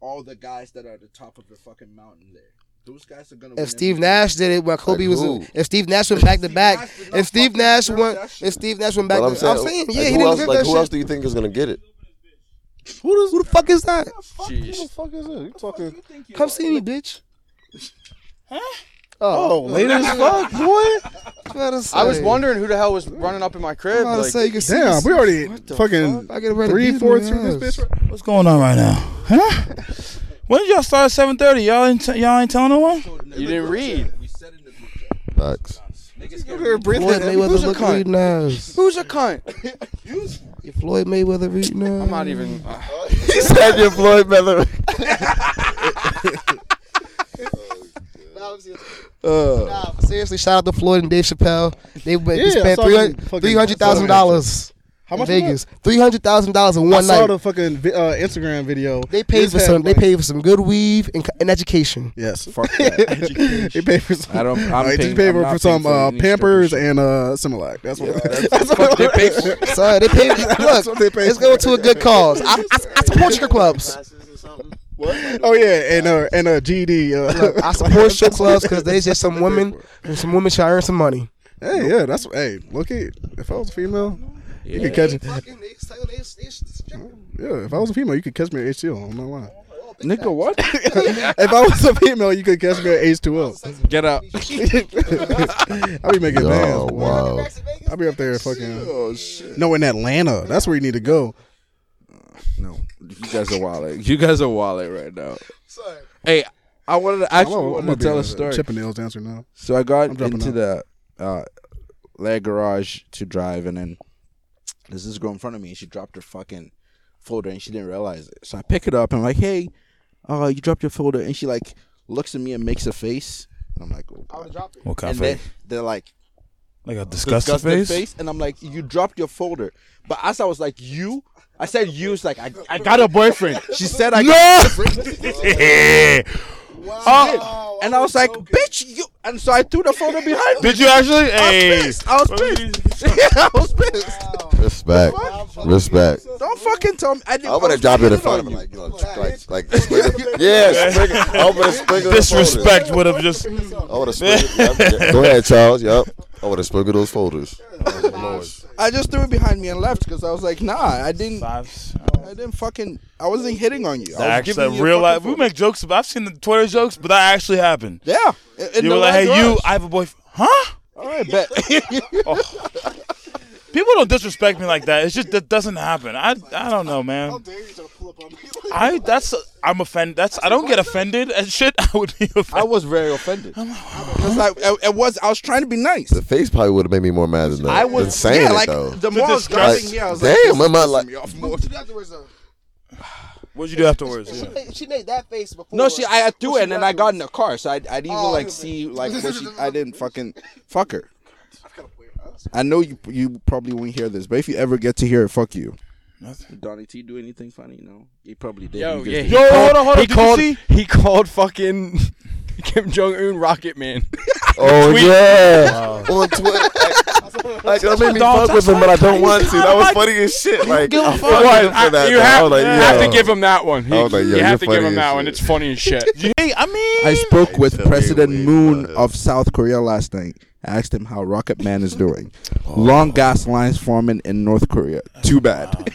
Speaker 1: all the guys that are at the top of the fucking mountain there. Those guys are gonna. win
Speaker 6: If Steve
Speaker 1: MVP.
Speaker 6: Nash did it when Kobe was,
Speaker 3: who?
Speaker 6: if Steve Nash went back to back,
Speaker 1: Nash did not
Speaker 6: if Steve
Speaker 1: fucking
Speaker 6: Nash
Speaker 1: deserve
Speaker 6: went,
Speaker 1: that shit.
Speaker 6: if Steve Nash went back,
Speaker 3: But
Speaker 6: to,
Speaker 3: I'm
Speaker 6: I'm
Speaker 3: saying,
Speaker 6: saying,
Speaker 3: like,
Speaker 6: yeah, he
Speaker 3: who
Speaker 6: didn't
Speaker 3: else?
Speaker 6: give
Speaker 3: Like,
Speaker 6: that
Speaker 3: who else
Speaker 6: shit.
Speaker 3: do you think is gonna get it?
Speaker 2: Who does?
Speaker 6: Who the fuck is that?
Speaker 2: Who the
Speaker 4: Jeez.
Speaker 2: fuck is this? You talking?
Speaker 6: Come see me, bitch. Huh?
Speaker 2: Oh,
Speaker 6: Oh,
Speaker 2: late as fuck, boy.
Speaker 4: I was wondering who the hell was running up in my crib.
Speaker 6: I was about to
Speaker 4: Like,
Speaker 6: say you can see
Speaker 2: Damn,
Speaker 6: this-
Speaker 2: we already
Speaker 4: the
Speaker 2: fucking
Speaker 6: I get ready
Speaker 2: three
Speaker 6: to
Speaker 2: fourths
Speaker 6: beat my
Speaker 2: through this
Speaker 6: ass.
Speaker 2: bitch.
Speaker 7: What's going on right now? Huh? When did y'all start at seven thirty? Y'all ain't t- y'all ain't telling no one.
Speaker 4: you didn't read.
Speaker 3: Facts.
Speaker 6: Floyd Mayweather look
Speaker 4: cunt?
Speaker 6: reading eyes.
Speaker 4: Who's a cunt?
Speaker 6: Your Floyd Mayweather reading eyes.
Speaker 4: I'm not even. uh,
Speaker 3: He said your Floyd Mayweather.
Speaker 6: Nah, seriously, shout out to Floyd and Dave Chappelle. They went
Speaker 2: Yeah,
Speaker 6: they
Speaker 2: I
Speaker 6: spent
Speaker 2: saw
Speaker 6: three
Speaker 2: them
Speaker 6: hundred
Speaker 2: fucking-
Speaker 6: three hundred thousand dollars
Speaker 2: How
Speaker 6: in
Speaker 2: much was
Speaker 6: Vegas. Three hundred thousand dollars in
Speaker 2: I
Speaker 6: one
Speaker 2: saw
Speaker 6: night.
Speaker 2: the fucking vi- uh, Instagram video.
Speaker 6: They paid
Speaker 2: His
Speaker 6: for
Speaker 2: head,
Speaker 6: some. They
Speaker 2: like-
Speaker 6: paid for some good weave and, and education.
Speaker 2: Yes, fuck that. they paid for some.
Speaker 1: I don't- I'm
Speaker 2: Uh, they
Speaker 1: paying-
Speaker 2: just paid
Speaker 1: I'm
Speaker 2: for,
Speaker 1: not paying
Speaker 2: for some
Speaker 1: for
Speaker 2: uh,
Speaker 1: any
Speaker 2: Pampers
Speaker 1: strippers.
Speaker 2: and uh, Similac. That's what. that's
Speaker 4: fuck they paid for.
Speaker 6: Sorry, they paid. Look,
Speaker 2: what they paid
Speaker 6: it's going to a good cause. I, I, I support strip clubs.
Speaker 2: oh yeah, and uh, and uh, GD.
Speaker 6: Look,
Speaker 2: Uh,
Speaker 6: I support strip clubs because there's just some women and some women trying to earn some money.
Speaker 2: hey, yeah, that's hey. Look at if I was a female, you could catch. Yeah, if I was a female, you could catch me at H2O. I'm not lying.
Speaker 1: Nigga, what?
Speaker 2: if I was a female, you could catch me at H2O.
Speaker 1: Get up.
Speaker 2: I'll be making
Speaker 3: Oh,
Speaker 2: bands. boy.
Speaker 3: wow.
Speaker 2: I'll be up there fucking.
Speaker 1: Oh shit.
Speaker 2: No, in Atlanta. That's where you need to go.
Speaker 1: No, you guys are wallet. You guys are wallet right now. Hey, I wanted to
Speaker 2: I'm
Speaker 1: actually
Speaker 2: gonna- I'm
Speaker 1: wanted
Speaker 2: gonna
Speaker 1: to tell
Speaker 2: be
Speaker 1: a story.
Speaker 2: Chippendales dancer now.
Speaker 1: So I got
Speaker 2: I'm dropping
Speaker 1: into the uh, leg garage to drive, and then there's this girl in front of me, and she dropped her fucking folder, and she didn't realize it. So I pick it up, and I'm like, "Hey, uh, you dropped your folder," and she like looks at me and makes a face, and I'm like, "Oh god!"
Speaker 7: What kind
Speaker 1: And
Speaker 7: of
Speaker 1: then
Speaker 7: face?
Speaker 1: they're like,
Speaker 7: Like a disgusted,
Speaker 1: disgusted
Speaker 7: face?
Speaker 1: face? and I'm like, "You dropped your folder," but as I was like, "You," I said, "You," it's like, "I, I got a boyfriend." She said, "I." Wow. And I was like, bitch, you. And so I threw the folder behind me.
Speaker 7: Did you actually?
Speaker 1: I
Speaker 7: Hey.
Speaker 1: was pissed. I was pissed. I was pissed.
Speaker 3: Respect. Respect.
Speaker 1: Don't fucking tell me. I didn't,
Speaker 3: I would
Speaker 1: was
Speaker 3: have dropped it in
Speaker 1: cheating
Speaker 3: front of
Speaker 1: on
Speaker 3: him,
Speaker 1: you.
Speaker 3: like, you know, like, like, sprinkle- yeah, sprinkle. I would have sprinkled. the folders.
Speaker 7: Disrespect would have just.
Speaker 3: I would have sprinkled. yep, yep. Go ahead, Charles. Yep. I would have sprinkled those folders.
Speaker 1: I just threw it behind me and left because I was like, nah, I didn't. I
Speaker 7: The
Speaker 1: didn't fucking. I wasn't hitting on you. I was
Speaker 7: actual
Speaker 1: giving you a
Speaker 7: real
Speaker 1: fucking
Speaker 7: life. We
Speaker 1: folder.
Speaker 7: make jokes, but I've seen the Twitter jokes, but that actually happened.
Speaker 1: Yeah. in- in
Speaker 7: You
Speaker 1: the
Speaker 7: were like, "Hey,
Speaker 1: leg
Speaker 7: you,
Speaker 1: rush.
Speaker 7: I have a boyfriend." Huh?
Speaker 1: All right, bet.
Speaker 7: People don't disrespect me like that. It's just that doesn't happen. I I don't know, man. I that's I'm offended. That's I don't get offended and shit. I would be
Speaker 1: I
Speaker 7: offended.
Speaker 1: was very offended. Because like, it, it was. I was trying to be nice.
Speaker 3: The face probably would have made me more mad than that.
Speaker 1: I was
Speaker 3: than saying
Speaker 1: yeah,
Speaker 3: it
Speaker 1: like
Speaker 3: though.
Speaker 1: the more I was
Speaker 7: disgust.
Speaker 1: driving here, I was
Speaker 3: Damn,
Speaker 1: like,
Speaker 3: am I
Speaker 1: this pisses
Speaker 3: like-
Speaker 1: me off more.
Speaker 7: What'd you do afterwards?
Speaker 6: She made, she made that face before.
Speaker 1: No, she I, I threw it and then I got in the car, so I, I didn't even like see like what she. I didn't fucking fuck her. I know you you probably won't hear this, but if you ever get to hear it, fuck you.
Speaker 7: Nothing.
Speaker 1: Donnie T do anything funny? No, he probably did.
Speaker 4: Yo, yeah.
Speaker 7: Yo, hold on, hold on.
Speaker 4: He
Speaker 7: Did you
Speaker 4: called.
Speaker 7: see?
Speaker 4: He called fucking Kim Jong Un Rocket Man.
Speaker 3: Oh yeah, on Twitter. Like, like that made me
Speaker 7: Dog,
Speaker 3: fuck with him, but I don't want to. That was
Speaker 7: like-
Speaker 3: funny as shit. Like,
Speaker 7: give a
Speaker 3: I'm
Speaker 7: fuck.
Speaker 3: riding
Speaker 4: I-
Speaker 3: for that.
Speaker 4: you
Speaker 3: though. I
Speaker 4: have,
Speaker 3: was like,
Speaker 4: you have
Speaker 3: yo.
Speaker 4: to give him that one. He-
Speaker 3: I was like, yo,
Speaker 4: you have to
Speaker 3: you're
Speaker 4: give
Speaker 3: funny
Speaker 4: him
Speaker 3: as
Speaker 4: that one.
Speaker 3: shit.
Speaker 4: It's funny as shit.
Speaker 7: Hey, I mean,
Speaker 1: I spoke with
Speaker 3: Tell me
Speaker 1: President
Speaker 3: way
Speaker 1: Moon
Speaker 3: about it.
Speaker 1: of South Korea last night. I asked him how Rocket Man is doing. Long gas lines forming in North Korea. Too bad.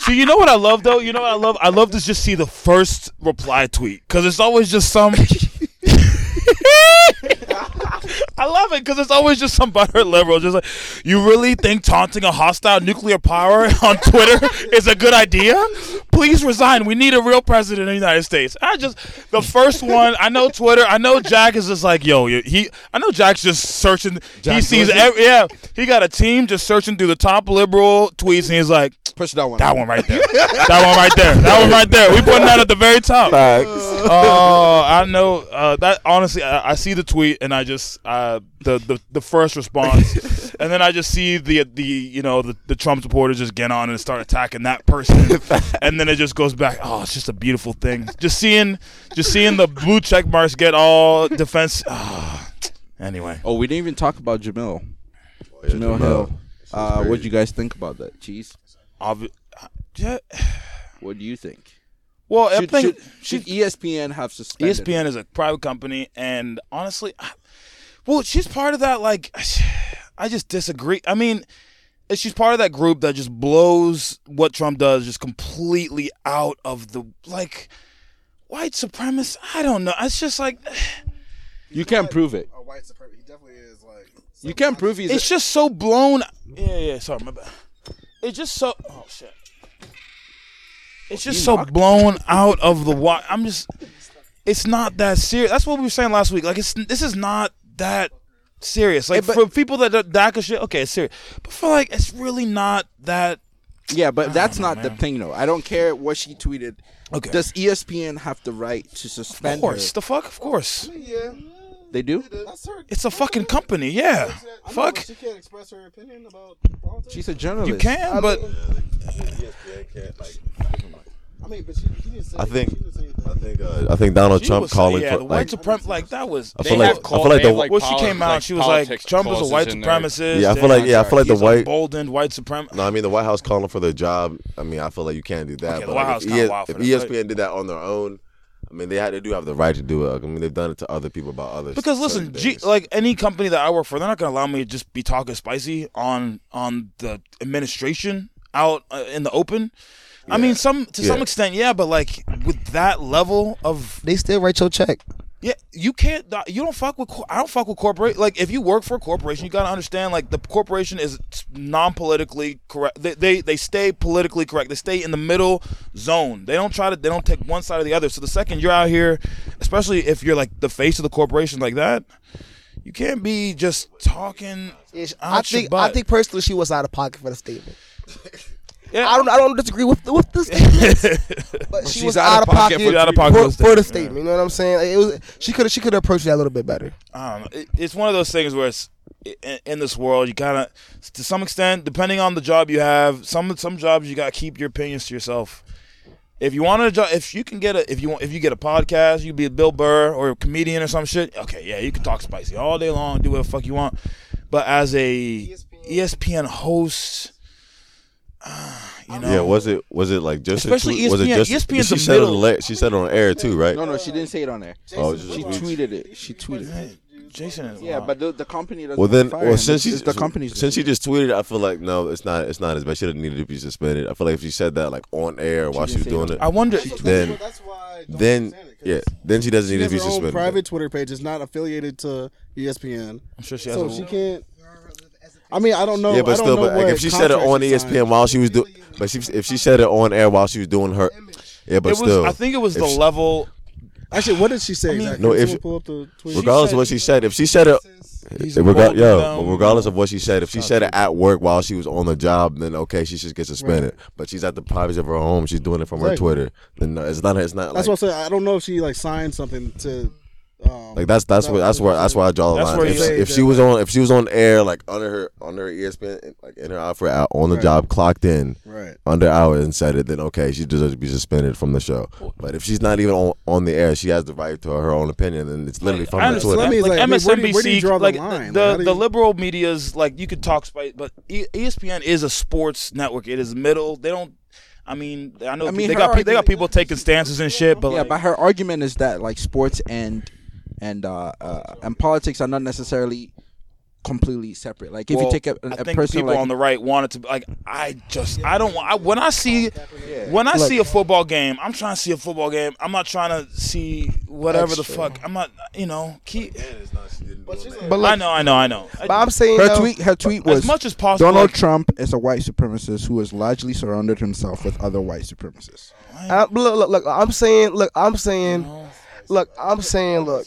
Speaker 7: So you know what I love though? You know what I love? I love to just see the first reply tweet because it's always just some. I love it because it's always just some butter liberal. Just like, you really think taunting a hostile nuclear power on Twitter is a good idea? Please resign. We need a real president of the United States. I just the first one. I know Twitter. I know Jack is just like yo. He. I know Jack's just searching. he
Speaker 1: Jack
Speaker 7: sees.
Speaker 1: Dorsey?
Speaker 7: Every, yeah. He got a team just searching through the top liberal tweets, and he's like.
Speaker 1: Push that one.
Speaker 7: That one right there. that one right there. That one right there. We putting that at the very top.
Speaker 3: Facts.
Speaker 7: Oh, I know. Uh, that honestly, I, I see the tweet and I just uh, the, the the first response, and then I just see the the you know the, the Trump supporters just get on and start attacking that person, and then it just goes back. Oh, it's just a beautiful thing. Just seeing just seeing the blue check marks get all defense. ah. anyway,
Speaker 1: Oh, we didn't even talk about Jamil. Jamil
Speaker 3: Jamil.
Speaker 1: Hill. Uh, what do you guys think about that? Cheese.
Speaker 7: obvi- yeah.
Speaker 1: What do you think?
Speaker 7: Well, I
Speaker 1: Should,
Speaker 7: think E
Speaker 1: should, should E ESPN have suspended?
Speaker 7: ESPN is a private company, and honestly, I- well, she's part of that. Like, I just disagree. I mean, and she's part of that group that just blows what Trump does just completely out of the like white supremacist. I don't know. It's just like
Speaker 1: You can't prove it.
Speaker 2: A white supremacist. He definitely is like.
Speaker 1: You can't prove he's.
Speaker 7: it's just so blown. Yeah, yeah. Sorry, my bad. It's just so. Oh shit. It's just so blown out of the water. I'm just. It's not that serious. That's what we were saying last week. Like it's this is not that serious. Like for people that are DACA shit, okay, it's serious. But for like, it's really not that.
Speaker 1: yeah, but that's not the thing, though. I don't care what she tweeted.
Speaker 7: Okay.
Speaker 1: Does E ESPN have the right to
Speaker 7: Of
Speaker 1: suspend
Speaker 7: course,
Speaker 1: her?
Speaker 7: the fuck, of course.
Speaker 2: Yeah,
Speaker 1: They do.
Speaker 2: that's her.
Speaker 7: It's a fucking company, yeah. Fuck,
Speaker 2: She can't express her opinion about politics.
Speaker 1: She's a journalist.
Speaker 7: you can, but
Speaker 2: I mean, but she, she didn't say.
Speaker 3: I think-
Speaker 2: She didn't say anything.
Speaker 3: I think uh, I think Donald
Speaker 7: she
Speaker 3: Trump
Speaker 7: was-
Speaker 3: calling
Speaker 7: yeah,
Speaker 3: for
Speaker 7: the
Speaker 3: like
Speaker 7: white supremacist. Like that was.
Speaker 3: I
Speaker 7: they
Speaker 3: feel
Speaker 7: have
Speaker 3: like I feel like the
Speaker 7: Well, she came out. she was like, "Trump is a white supremacist."
Speaker 3: Yeah, I feel
Speaker 7: and
Speaker 3: like- yeah, I feel like the
Speaker 7: he's
Speaker 3: white-
Speaker 7: emboldened white supremacist.
Speaker 3: no, I mean the White House calling for their job. I mean, I feel like you can't do that.
Speaker 7: Okay, the
Speaker 3: but
Speaker 7: White
Speaker 3: like,
Speaker 7: House
Speaker 3: if,
Speaker 7: kinda
Speaker 3: ES-
Speaker 7: wild for
Speaker 3: if E
Speaker 7: that,
Speaker 3: ESPN did that on their own, I mean, they had they do have the right to do it. I mean, they've done it to other people about others.
Speaker 7: Because listen, G, like any company that I work for, they're not gonna allow me to just be talking spicy on on the administration out uh, in the open. I mean, some to some
Speaker 3: Yeah.
Speaker 7: extent, yeah, but like with that level of
Speaker 6: They still write your check.
Speaker 7: yeah, you can't. You don't fuck with. cor- I don't fuck with corporate. Like if you work for a corporation, you gotta understand. Like the corporation is non-politically correct. They, they they stay politically correct. They stay in the middle zone. They don't try to. They don't take one side or the other. So the second you're out here, especially if you're like the face of the corporation like that, you can't be just talking.
Speaker 6: I
Speaker 7: out your
Speaker 6: think I
Speaker 7: butt.
Speaker 6: think personally she was out of pocket for the statement.
Speaker 7: Yeah.
Speaker 6: I don't I don't disagree with the, with the statement, but she
Speaker 1: she's
Speaker 6: was out, of pocket,
Speaker 7: for- out of pocket for
Speaker 6: for,
Speaker 7: the
Speaker 6: for the
Speaker 7: statement,
Speaker 6: statement. You know what I'm saying? Like, it was she could she could have approached that a little bit better.
Speaker 7: I don't know. Um, It, it's one of those things where it's in, in this world you kind of, to some extent, depending on the job you have, some some jobs you got to keep your opinions to yourself. If you want a job, if you can get a, if you want, if you get a podcast, you be a Bill Burr or a comedian or some shit. Okay, yeah, you can talk spicy all day long, do whatever the fuck you want. But as a E ESPN, host, uh, you know,
Speaker 3: yeah, was it was it like just
Speaker 7: Especially
Speaker 3: a tweet? was it
Speaker 7: ESPN
Speaker 3: just
Speaker 7: ESPN 's
Speaker 3: she
Speaker 7: the
Speaker 3: said it on
Speaker 7: middle.
Speaker 3: la- she said it on air too, right?
Speaker 1: No, no, she didn't say it on there.
Speaker 3: Oh, it's just
Speaker 1: She
Speaker 3: a tweet.
Speaker 1: tweeted it. She tweeted it.
Speaker 7: eh, Jason is
Speaker 1: Yeah,
Speaker 7: wild.
Speaker 1: but the, the company doesn't.
Speaker 3: Well then,
Speaker 1: fire
Speaker 3: well
Speaker 1: him.
Speaker 3: since
Speaker 1: It's
Speaker 3: she
Speaker 1: just the company's
Speaker 3: since she
Speaker 1: decision.
Speaker 3: just tweeted, it, I feel like no, it's not it's not as bad. She didn't need to be suspended. I feel like if she said that like on air while she
Speaker 1: didn't
Speaker 3: was
Speaker 1: say
Speaker 3: doing it,
Speaker 7: I wonder.
Speaker 3: then
Speaker 2: That's why. I don't
Speaker 3: then
Speaker 2: understand it, 'cause
Speaker 3: yeah, then she doesn't
Speaker 2: She
Speaker 3: need to
Speaker 2: has
Speaker 3: be
Speaker 2: her own
Speaker 3: suspended.
Speaker 2: private Twitter page. It's not affiliated to E ESPN,
Speaker 7: I'm sure she has.
Speaker 2: so
Speaker 7: a,
Speaker 2: she can't. I mean, I don't know.
Speaker 6: Oh,
Speaker 3: yeah, but
Speaker 2: I don't
Speaker 3: still,
Speaker 2: know
Speaker 3: but like,
Speaker 2: what
Speaker 3: if she said it on E
Speaker 2: contract she
Speaker 3: ESPN
Speaker 2: signed.
Speaker 3: while she was doing, but she, if she said it on air while she was doing her, yeah, but
Speaker 7: it was.
Speaker 3: still,
Speaker 7: I think it was
Speaker 3: if
Speaker 7: the
Speaker 3: she-
Speaker 7: level.
Speaker 2: Actually, what did she say? exactly?
Speaker 3: no, if-
Speaker 2: Someone pull up the tweet.
Speaker 3: regardless
Speaker 7: said-
Speaker 3: of what she said, if she said it,
Speaker 7: He's
Speaker 3: it rega-
Speaker 7: holding
Speaker 3: yo,
Speaker 7: down-
Speaker 3: but regardless of what she said, if she said it at work while she was on the job, then okay, she should get suspended. But she's at the privacy of her home; she's doing it from her
Speaker 2: Exactly.
Speaker 3: Twitter. Then no, it's not, it's not like,
Speaker 2: That's what I'm saying. I don't know if she like signed something to. Um,
Speaker 3: Like that's that's
Speaker 2: That
Speaker 3: where that's
Speaker 2: was-
Speaker 3: where that's where I draw the
Speaker 7: That's
Speaker 3: line.
Speaker 7: where
Speaker 3: If,
Speaker 7: you-
Speaker 3: if she was on if she was on air like under her under her ESPN and, like in her outfit out on the job clocked in
Speaker 2: Right.
Speaker 3: under hours and said it, then okay, she deserves to be suspended from the show. But if she's not even on, on the air, she has the right to her own opinion, and it's literally from
Speaker 7: I
Speaker 3: her Twitter.
Speaker 7: understand.
Speaker 2: Let me-
Speaker 7: Like,
Speaker 2: like, I mean, where do you-
Speaker 7: MSNBC,
Speaker 2: where do you draw the
Speaker 7: like
Speaker 2: line?
Speaker 7: the,
Speaker 2: Like, how do
Speaker 7: the
Speaker 2: you-
Speaker 7: liberal media's like you could talk spice, but E- ESPN is a sports network. It is middle. They don't. I mean, I know
Speaker 1: I mean,
Speaker 7: they
Speaker 1: her
Speaker 7: got pe- they got
Speaker 1: argument-
Speaker 7: people taking stances and shit, but
Speaker 1: yeah,
Speaker 7: like,
Speaker 1: but her argument is that like sports and and uh, uh and politics are not necessarily completely separate. Like if
Speaker 7: well,
Speaker 1: you take a, a,
Speaker 7: I
Speaker 1: a
Speaker 7: think
Speaker 1: person
Speaker 7: people
Speaker 1: like
Speaker 7: on the right wanted to like. I just I don't want. I, when I see when I see a football game, I'm trying to see a football game. I'm not trying to see whatever the fuck. I'm not. You know, keep.
Speaker 6: But like,
Speaker 7: I know, I know, I know.
Speaker 6: but I'm saying
Speaker 1: her
Speaker 6: though,
Speaker 1: tweet her tweet was
Speaker 7: as much as possible.
Speaker 1: Donald
Speaker 7: like,
Speaker 1: Trump is a white supremacist who has largely surrounded himself with other white supremacists.
Speaker 6: I, look, look, look, I'm saying, look, I'm saying, look, I'm saying, look.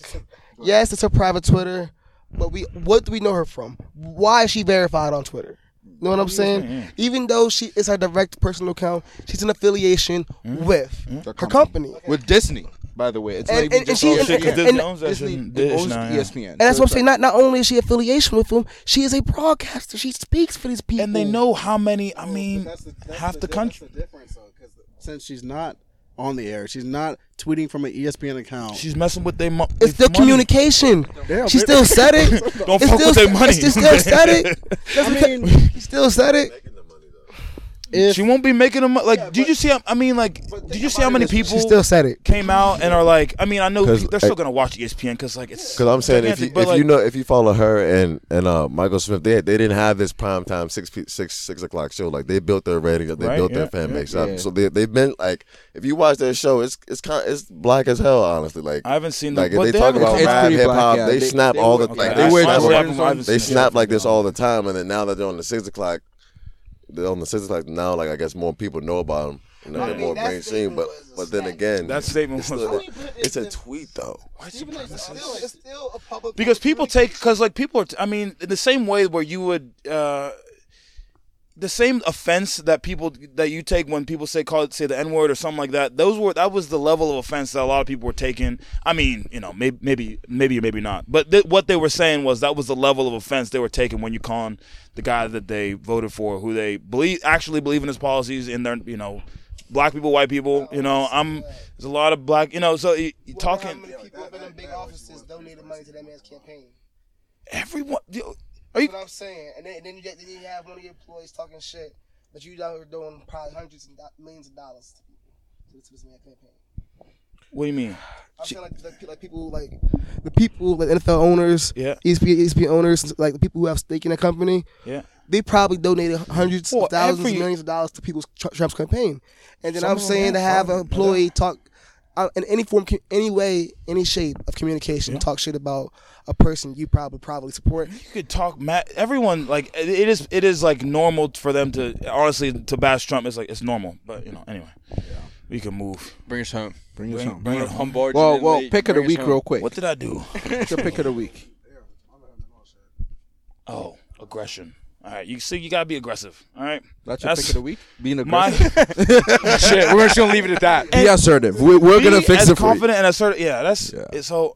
Speaker 6: Yes, it's her private Twitter, but we, what do we know her from? Why is she verified on Twitter? You know what I'm saying? Even though she is her direct personal account, she's an affiliation
Speaker 2: Hmm?
Speaker 6: with her company.
Speaker 1: With Disney, by the way, it's
Speaker 6: And-
Speaker 1: not even
Speaker 6: and-
Speaker 1: just
Speaker 6: and she-
Speaker 1: all
Speaker 7: Oh, shit, 'cause
Speaker 1: shit.
Speaker 7: Disney
Speaker 6: and-
Speaker 7: owns that shit
Speaker 1: Disney
Speaker 7: and
Speaker 1: owns E
Speaker 7: Dish now, yeah.
Speaker 1: ESPN,
Speaker 6: And that's
Speaker 1: so
Speaker 6: what I'm
Speaker 1: it's
Speaker 6: saying. Not, not only is she affiliation with them, she is a broadcaster. She speaks for these people.
Speaker 7: and they know how many. I mean,
Speaker 2: But that's that's
Speaker 7: half the
Speaker 2: di-
Speaker 7: country.
Speaker 2: That's the difference, though, 'cause since she's not on the air, she's not tweeting from an E ESPN account.
Speaker 7: She's messing with their mo-
Speaker 6: It's
Speaker 7: with
Speaker 6: still
Speaker 7: money.
Speaker 6: communication.
Speaker 2: Damn,
Speaker 6: she
Speaker 2: bitch.
Speaker 6: still said it.
Speaker 7: Don't
Speaker 6: It's
Speaker 7: fuck
Speaker 6: still,
Speaker 7: with their money.
Speaker 6: She still said it. That's
Speaker 2: I
Speaker 6: because-
Speaker 2: mean,
Speaker 6: she still said it. if
Speaker 7: she won't be making them like. did you see? How, I mean, like, did you see how many people
Speaker 6: she still said it.
Speaker 7: came out and are like? I mean, I know
Speaker 3: 'Cause,
Speaker 7: they're still
Speaker 3: like-
Speaker 7: gonna watch E ESPN because like it's
Speaker 3: Because I'm saying if you,
Speaker 7: gigantic, but,
Speaker 3: if
Speaker 7: like,
Speaker 3: you know if you follow her and and uh, Michael Smith, they they didn't have this prime time six p- six six o'clock show. Like they built their ratings, up, they
Speaker 7: Right,
Speaker 3: built
Speaker 7: yeah,
Speaker 3: their fan
Speaker 7: yeah.
Speaker 3: base up. So they they've been like if you watch their show, it's it's kind it's black as hell. Honestly, like
Speaker 7: I haven't seen
Speaker 3: like
Speaker 7: them.
Speaker 3: they
Speaker 7: but
Speaker 3: talk
Speaker 7: haven't
Speaker 3: about
Speaker 7: come
Speaker 1: It's
Speaker 7: out.
Speaker 3: rap
Speaker 1: pretty
Speaker 3: hip
Speaker 1: black,
Speaker 3: hop.
Speaker 1: yeah.
Speaker 3: They
Speaker 1: They-
Speaker 3: snap
Speaker 1: they
Speaker 3: all the
Speaker 1: wear-
Speaker 3: like
Speaker 1: okay.
Speaker 3: they
Speaker 1: I-
Speaker 3: wear
Speaker 1: I
Speaker 3: Jordans
Speaker 1: haven't- I
Speaker 3: on-
Speaker 7: haven't
Speaker 3: they
Speaker 7: seen it.
Speaker 3: snap like this all the time, and then now that they're on the six o'clock, they're on the six o'clock now. Like I guess more people know about them. You know,
Speaker 5: I
Speaker 3: they're
Speaker 5: mean,
Speaker 3: more
Speaker 5: that's
Speaker 3: mainstream.
Speaker 5: the-
Speaker 3: But
Speaker 5: was a
Speaker 3: but then
Speaker 5: snap.
Speaker 3: again,
Speaker 7: That statement
Speaker 3: it's,
Speaker 7: was-
Speaker 3: still-
Speaker 5: Even if
Speaker 3: it's a
Speaker 5: it's-
Speaker 3: tweet though.
Speaker 5: Even though it's still, it's still a public
Speaker 7: because people take because like people are t- i mean in the same way where you would uh the same offense that people that you take when people say call say the n word or something like that those were that was the level of offense that a lot of people were taking i mean you know maybe maybe maybe or maybe not but th- what they were saying was that was the level of offense they were taking when you con the guy that they voted for who they believe actually believe in his policies and their you know black people white people you know i'm there's a lot of black you know so you, you
Speaker 5: How
Speaker 7: talking
Speaker 5: many people up in them big offices donated money to that man's campaign?
Speaker 7: everyone you-
Speaker 5: That's
Speaker 7: you-
Speaker 5: what I'm saying. And then, and then, you, get, then you have one of your employees talking shit, but you out here doing probably hundreds and do- millions of dollars to people to, to this man's campaign.
Speaker 7: what do you mean
Speaker 5: I'm saying like, like, like people like the people like NFL owners, E
Speaker 7: Yeah.
Speaker 5: ESPN, ESPN owners, like the people who have stake in the company.
Speaker 7: yeah
Speaker 5: They probably donated hundreds,
Speaker 7: Well,
Speaker 5: of thousands,
Speaker 7: every-
Speaker 5: millions of dollars to people's Tr- Trump's campaign, and then
Speaker 7: Some
Speaker 5: I'm
Speaker 7: of them
Speaker 5: saying
Speaker 7: have
Speaker 5: to have an
Speaker 7: probably, no
Speaker 5: employee talk uh, in any form, co- any way, any shape of communication, talk shit about a person you probably probably support.
Speaker 7: you could talk Matt. Everyone like it it is. It is like normal for them to honestly to bash Trump. It's like it's normal. But you know, anyway, we can move.
Speaker 4: Bring us home.
Speaker 1: Bring us home.
Speaker 7: Bring it home.
Speaker 4: Bombard you
Speaker 1: Well,
Speaker 4: in
Speaker 1: well,
Speaker 4: late.
Speaker 1: pick of the
Speaker 4: Bring us
Speaker 1: week
Speaker 4: home.
Speaker 1: real quick.
Speaker 7: What did I do?
Speaker 1: What's your pick of the week?
Speaker 7: Oh, aggression. All right, you see, you gotta be aggressive. All right,
Speaker 1: That's your pick of the week. Being
Speaker 7: My
Speaker 1: aggressive.
Speaker 4: Shit, we're just gonna leave it at that.
Speaker 1: Be assertive. We're, we're
Speaker 7: be
Speaker 1: gonna fix
Speaker 7: as
Speaker 1: it for you.
Speaker 7: confident and assertive. Yeah, that's
Speaker 1: Yeah.
Speaker 7: it's so.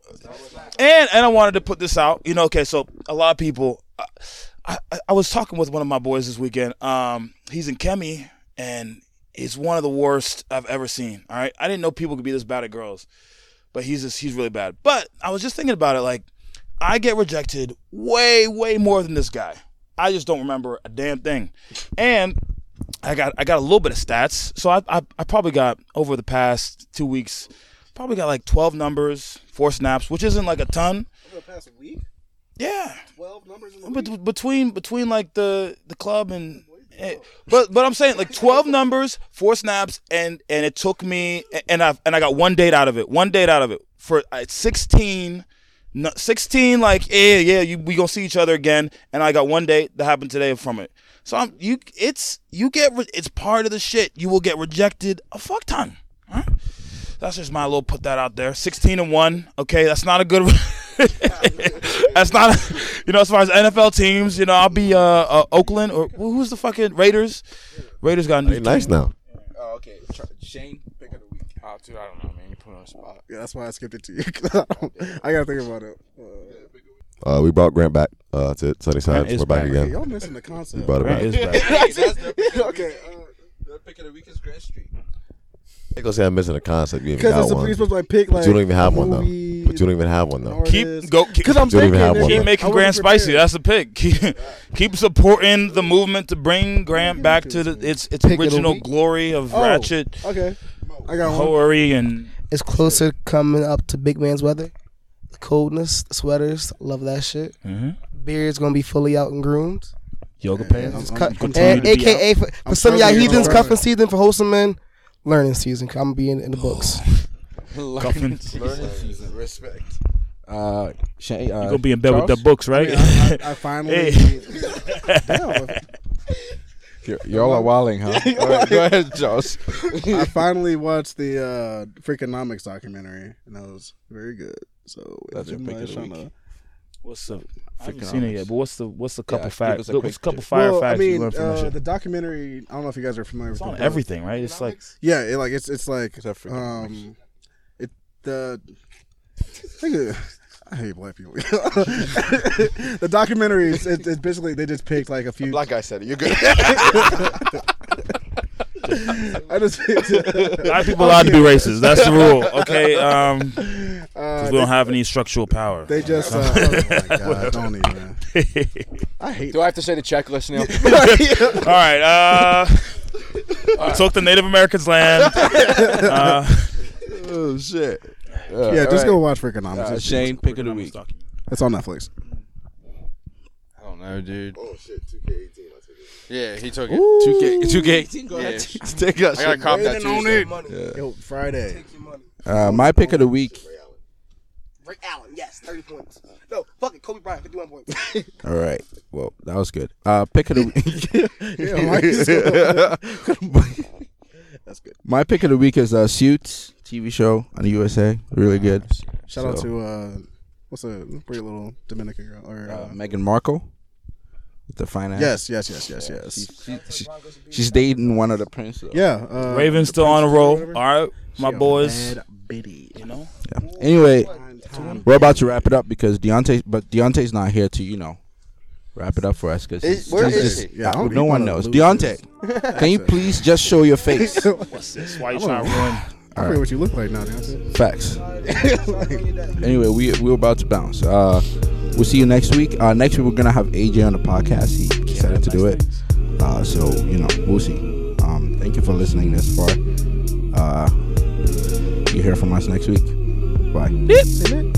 Speaker 7: And and I wanted to put this out. You know, okay, so a lot of people. I, I, I was talking with one of my boys this weekend. Um, he's in Kemi, and it's one of the worst I've ever seen. All right, I didn't know people could be this bad at girls, but he's just he's really bad. But I was just thinking about it, like I get rejected way way more than this guy. I just don't remember a damn thing, and I got I got a little bit of stats. So I I, I probably got over the past two weeks, probably got like twelve numbers, four snaps, which isn't like a ton.
Speaker 2: Over the past week,
Speaker 7: Yeah,
Speaker 2: twelve numbers in the
Speaker 7: but between between like the the club and. eh, But but I'm saying like 12 numbers, four snaps, and and it took me and I and I got one date out of it, one date out of it for uh, 16, no, 16 like yeah yeah you, we gonna see each other again, and I got one date that happened today from it. So I'm you it's you get re- it's part of the shit you will get rejected a fuck ton. All right? That's just my little put that out there. 16 and 1. Okay, that's not a good That's not you know as far as NFL teams, you know, I'll be uh, uh Oakland or who- who's the fucking Raiders? Raiders got a new
Speaker 3: They nice
Speaker 7: team.
Speaker 3: now.
Speaker 1: Oh, okay. Shane, pick of the week.
Speaker 4: Oh, dude, I don't know, man. You put me on the spot.
Speaker 2: Yeah, that's why I skipped it to you. 'cause I, don't- I gotta think about it. Uh,
Speaker 3: Uh, we brought Grant back uh, to Sunnyside.
Speaker 7: Grant is
Speaker 3: We're back
Speaker 7: back.
Speaker 2: hey,
Speaker 3: again.
Speaker 2: y'all missing the concept.
Speaker 3: Brought it
Speaker 7: Grant
Speaker 3: back.
Speaker 7: is back.
Speaker 2: okay. uh,
Speaker 1: The pick of the week is Grand Street.
Speaker 3: They gonna say I'm missing a concept. You even
Speaker 2: Because
Speaker 3: got
Speaker 2: it's a,
Speaker 3: one.
Speaker 2: you're supposed to like pick
Speaker 3: But
Speaker 2: like.
Speaker 3: you don't even have one though. But
Speaker 2: movie,
Speaker 3: you don't even have one though.
Speaker 7: Keep
Speaker 2: artist.
Speaker 7: go keep,
Speaker 2: 'Cause I'm
Speaker 3: You don't even
Speaker 2: thinking,
Speaker 3: have one.
Speaker 7: keep
Speaker 2: nigga, I
Speaker 7: making
Speaker 2: wasn't
Speaker 7: Grand spicy.
Speaker 2: prepared.
Speaker 7: That's the pick. Keep, keep supporting the movement to bring Grant back to the, its its
Speaker 6: Pick of the
Speaker 7: original
Speaker 6: week?
Speaker 7: glory of
Speaker 2: Oh.
Speaker 7: ratchet,
Speaker 2: Okay, I got one.
Speaker 7: hoary, and
Speaker 6: It's closer coming up to big man's weather. The coldness, the sweaters, love that shit.
Speaker 7: Mhm.
Speaker 6: Beard's gonna be fully out and groomed.
Speaker 7: yoga pants.
Speaker 6: Cut,
Speaker 7: continue
Speaker 6: and
Speaker 7: to be
Speaker 6: AKA for, for some of y'all
Speaker 2: struggling
Speaker 6: heathens,
Speaker 2: on
Speaker 6: cuffing
Speaker 2: that.
Speaker 6: season for wholesome men, learning season. 'cause I'm being in the books.
Speaker 7: Cuffing.
Speaker 1: Learning season. Respect. Uh, Shane. Uh,
Speaker 7: You're gonna be in bed with
Speaker 1: Charles?
Speaker 7: the books, right?
Speaker 2: I, I, I finally.
Speaker 7: Hey.
Speaker 2: Damn,
Speaker 1: Y- y'all are wilding, huh? All right, go ahead, Josh.
Speaker 2: I finally watched the uh, Freakonomics documentary, and that was very good. So
Speaker 1: That's your pick of the
Speaker 2: everybody's
Speaker 1: week.
Speaker 2: tryna-
Speaker 7: What's up? I haven't
Speaker 1: Freakonomics.
Speaker 7: seen it yet, but what's the what's the couple
Speaker 1: Yeah, give
Speaker 7: facts?
Speaker 1: us a
Speaker 7: What's
Speaker 1: quick
Speaker 7: a couple
Speaker 1: tip.
Speaker 7: fire
Speaker 2: well,
Speaker 7: facts
Speaker 2: I mean,
Speaker 7: you learned from
Speaker 2: uh,
Speaker 7: that shit?
Speaker 2: the documentary. I don't know if you guys are familiar
Speaker 7: It's
Speaker 2: with
Speaker 7: on
Speaker 2: the book.
Speaker 7: everything, right? It's like
Speaker 2: Yeah, it, like it's it's like
Speaker 1: It's a Freakonomics.
Speaker 2: um, it the. Nigga, I hate black people. the documentary is it, it's basically they just picked like a few.
Speaker 3: guy said it. You're good.
Speaker 2: I just picked,
Speaker 7: a lot of people allowed to be racist. That's the rule, okay? Um, 'cause
Speaker 2: uh,
Speaker 7: we don't have any structural power.
Speaker 2: They just uh, oh my god, don't even. I hate.
Speaker 4: Do I have to say the checklist now?
Speaker 7: All right, uh, We took the Native Americans' land. Uh,
Speaker 3: oh shit.
Speaker 2: Yeah, just go watch Freakonomics.
Speaker 1: Uh,
Speaker 2: It's-
Speaker 1: Shane, pick of the week.
Speaker 2: It's on Netflix.
Speaker 4: I don't know, dude.
Speaker 3: Oh shit, 2K18. I took it.
Speaker 4: Yeah, he took it.
Speaker 1: 2K, 2K18. Go
Speaker 4: Yeah,
Speaker 1: ahead.
Speaker 4: sh-
Speaker 3: Take that
Speaker 4: I gotta
Speaker 3: shit,
Speaker 4: cop
Speaker 3: man.
Speaker 4: that Tuesday.
Speaker 5: Money.
Speaker 2: Yo, Friday.
Speaker 5: Take your money.
Speaker 1: Uh, my pick of the week.
Speaker 5: Ray Allen, yes, 30 points. No, fuck it, Kobe Bryant, 51 points.
Speaker 1: All right. Well, that was good. Uh, pick of the week.
Speaker 2: That's good.
Speaker 1: My pick of the week is uh, Suits TV show on the USA. Really good.
Speaker 2: Shout out
Speaker 1: So,
Speaker 2: to uh, what's a pretty little Dominican girl or
Speaker 1: uh,
Speaker 2: uh,
Speaker 1: Meghan Markle with the finance.
Speaker 2: yes, yes, yes, yes, yes.
Speaker 1: She, she, she- she's dating one of the princes.
Speaker 2: Yeah, uh,
Speaker 7: Ravens still on a roll. All right, my
Speaker 2: she a
Speaker 7: boys.
Speaker 2: bad bitty.
Speaker 7: You know,
Speaker 1: Yeah. Anyway,
Speaker 2: Time.
Speaker 1: we're about to wrap it up because Deontay, but Deontay's not here to you know wrap it up for us because
Speaker 5: Is- where is
Speaker 2: he? Yeah, I don't
Speaker 1: no
Speaker 2: think
Speaker 1: one
Speaker 2: I'm gonna
Speaker 1: knows.
Speaker 2: lose this.
Speaker 1: Deontay, can you please just show your face?
Speaker 7: that's why you trying to ruin.
Speaker 2: uh, I forget what you look like now. Deontay.
Speaker 1: Facts. anyway, we we're about to bounce. Uh, we'll see you next week. Uh, next week we're gonna have AJ on the podcast. He decided to do it. Uh, so you know, we'll see. Um, thank you for listening this far. Uh, you hear from us next week. Bye.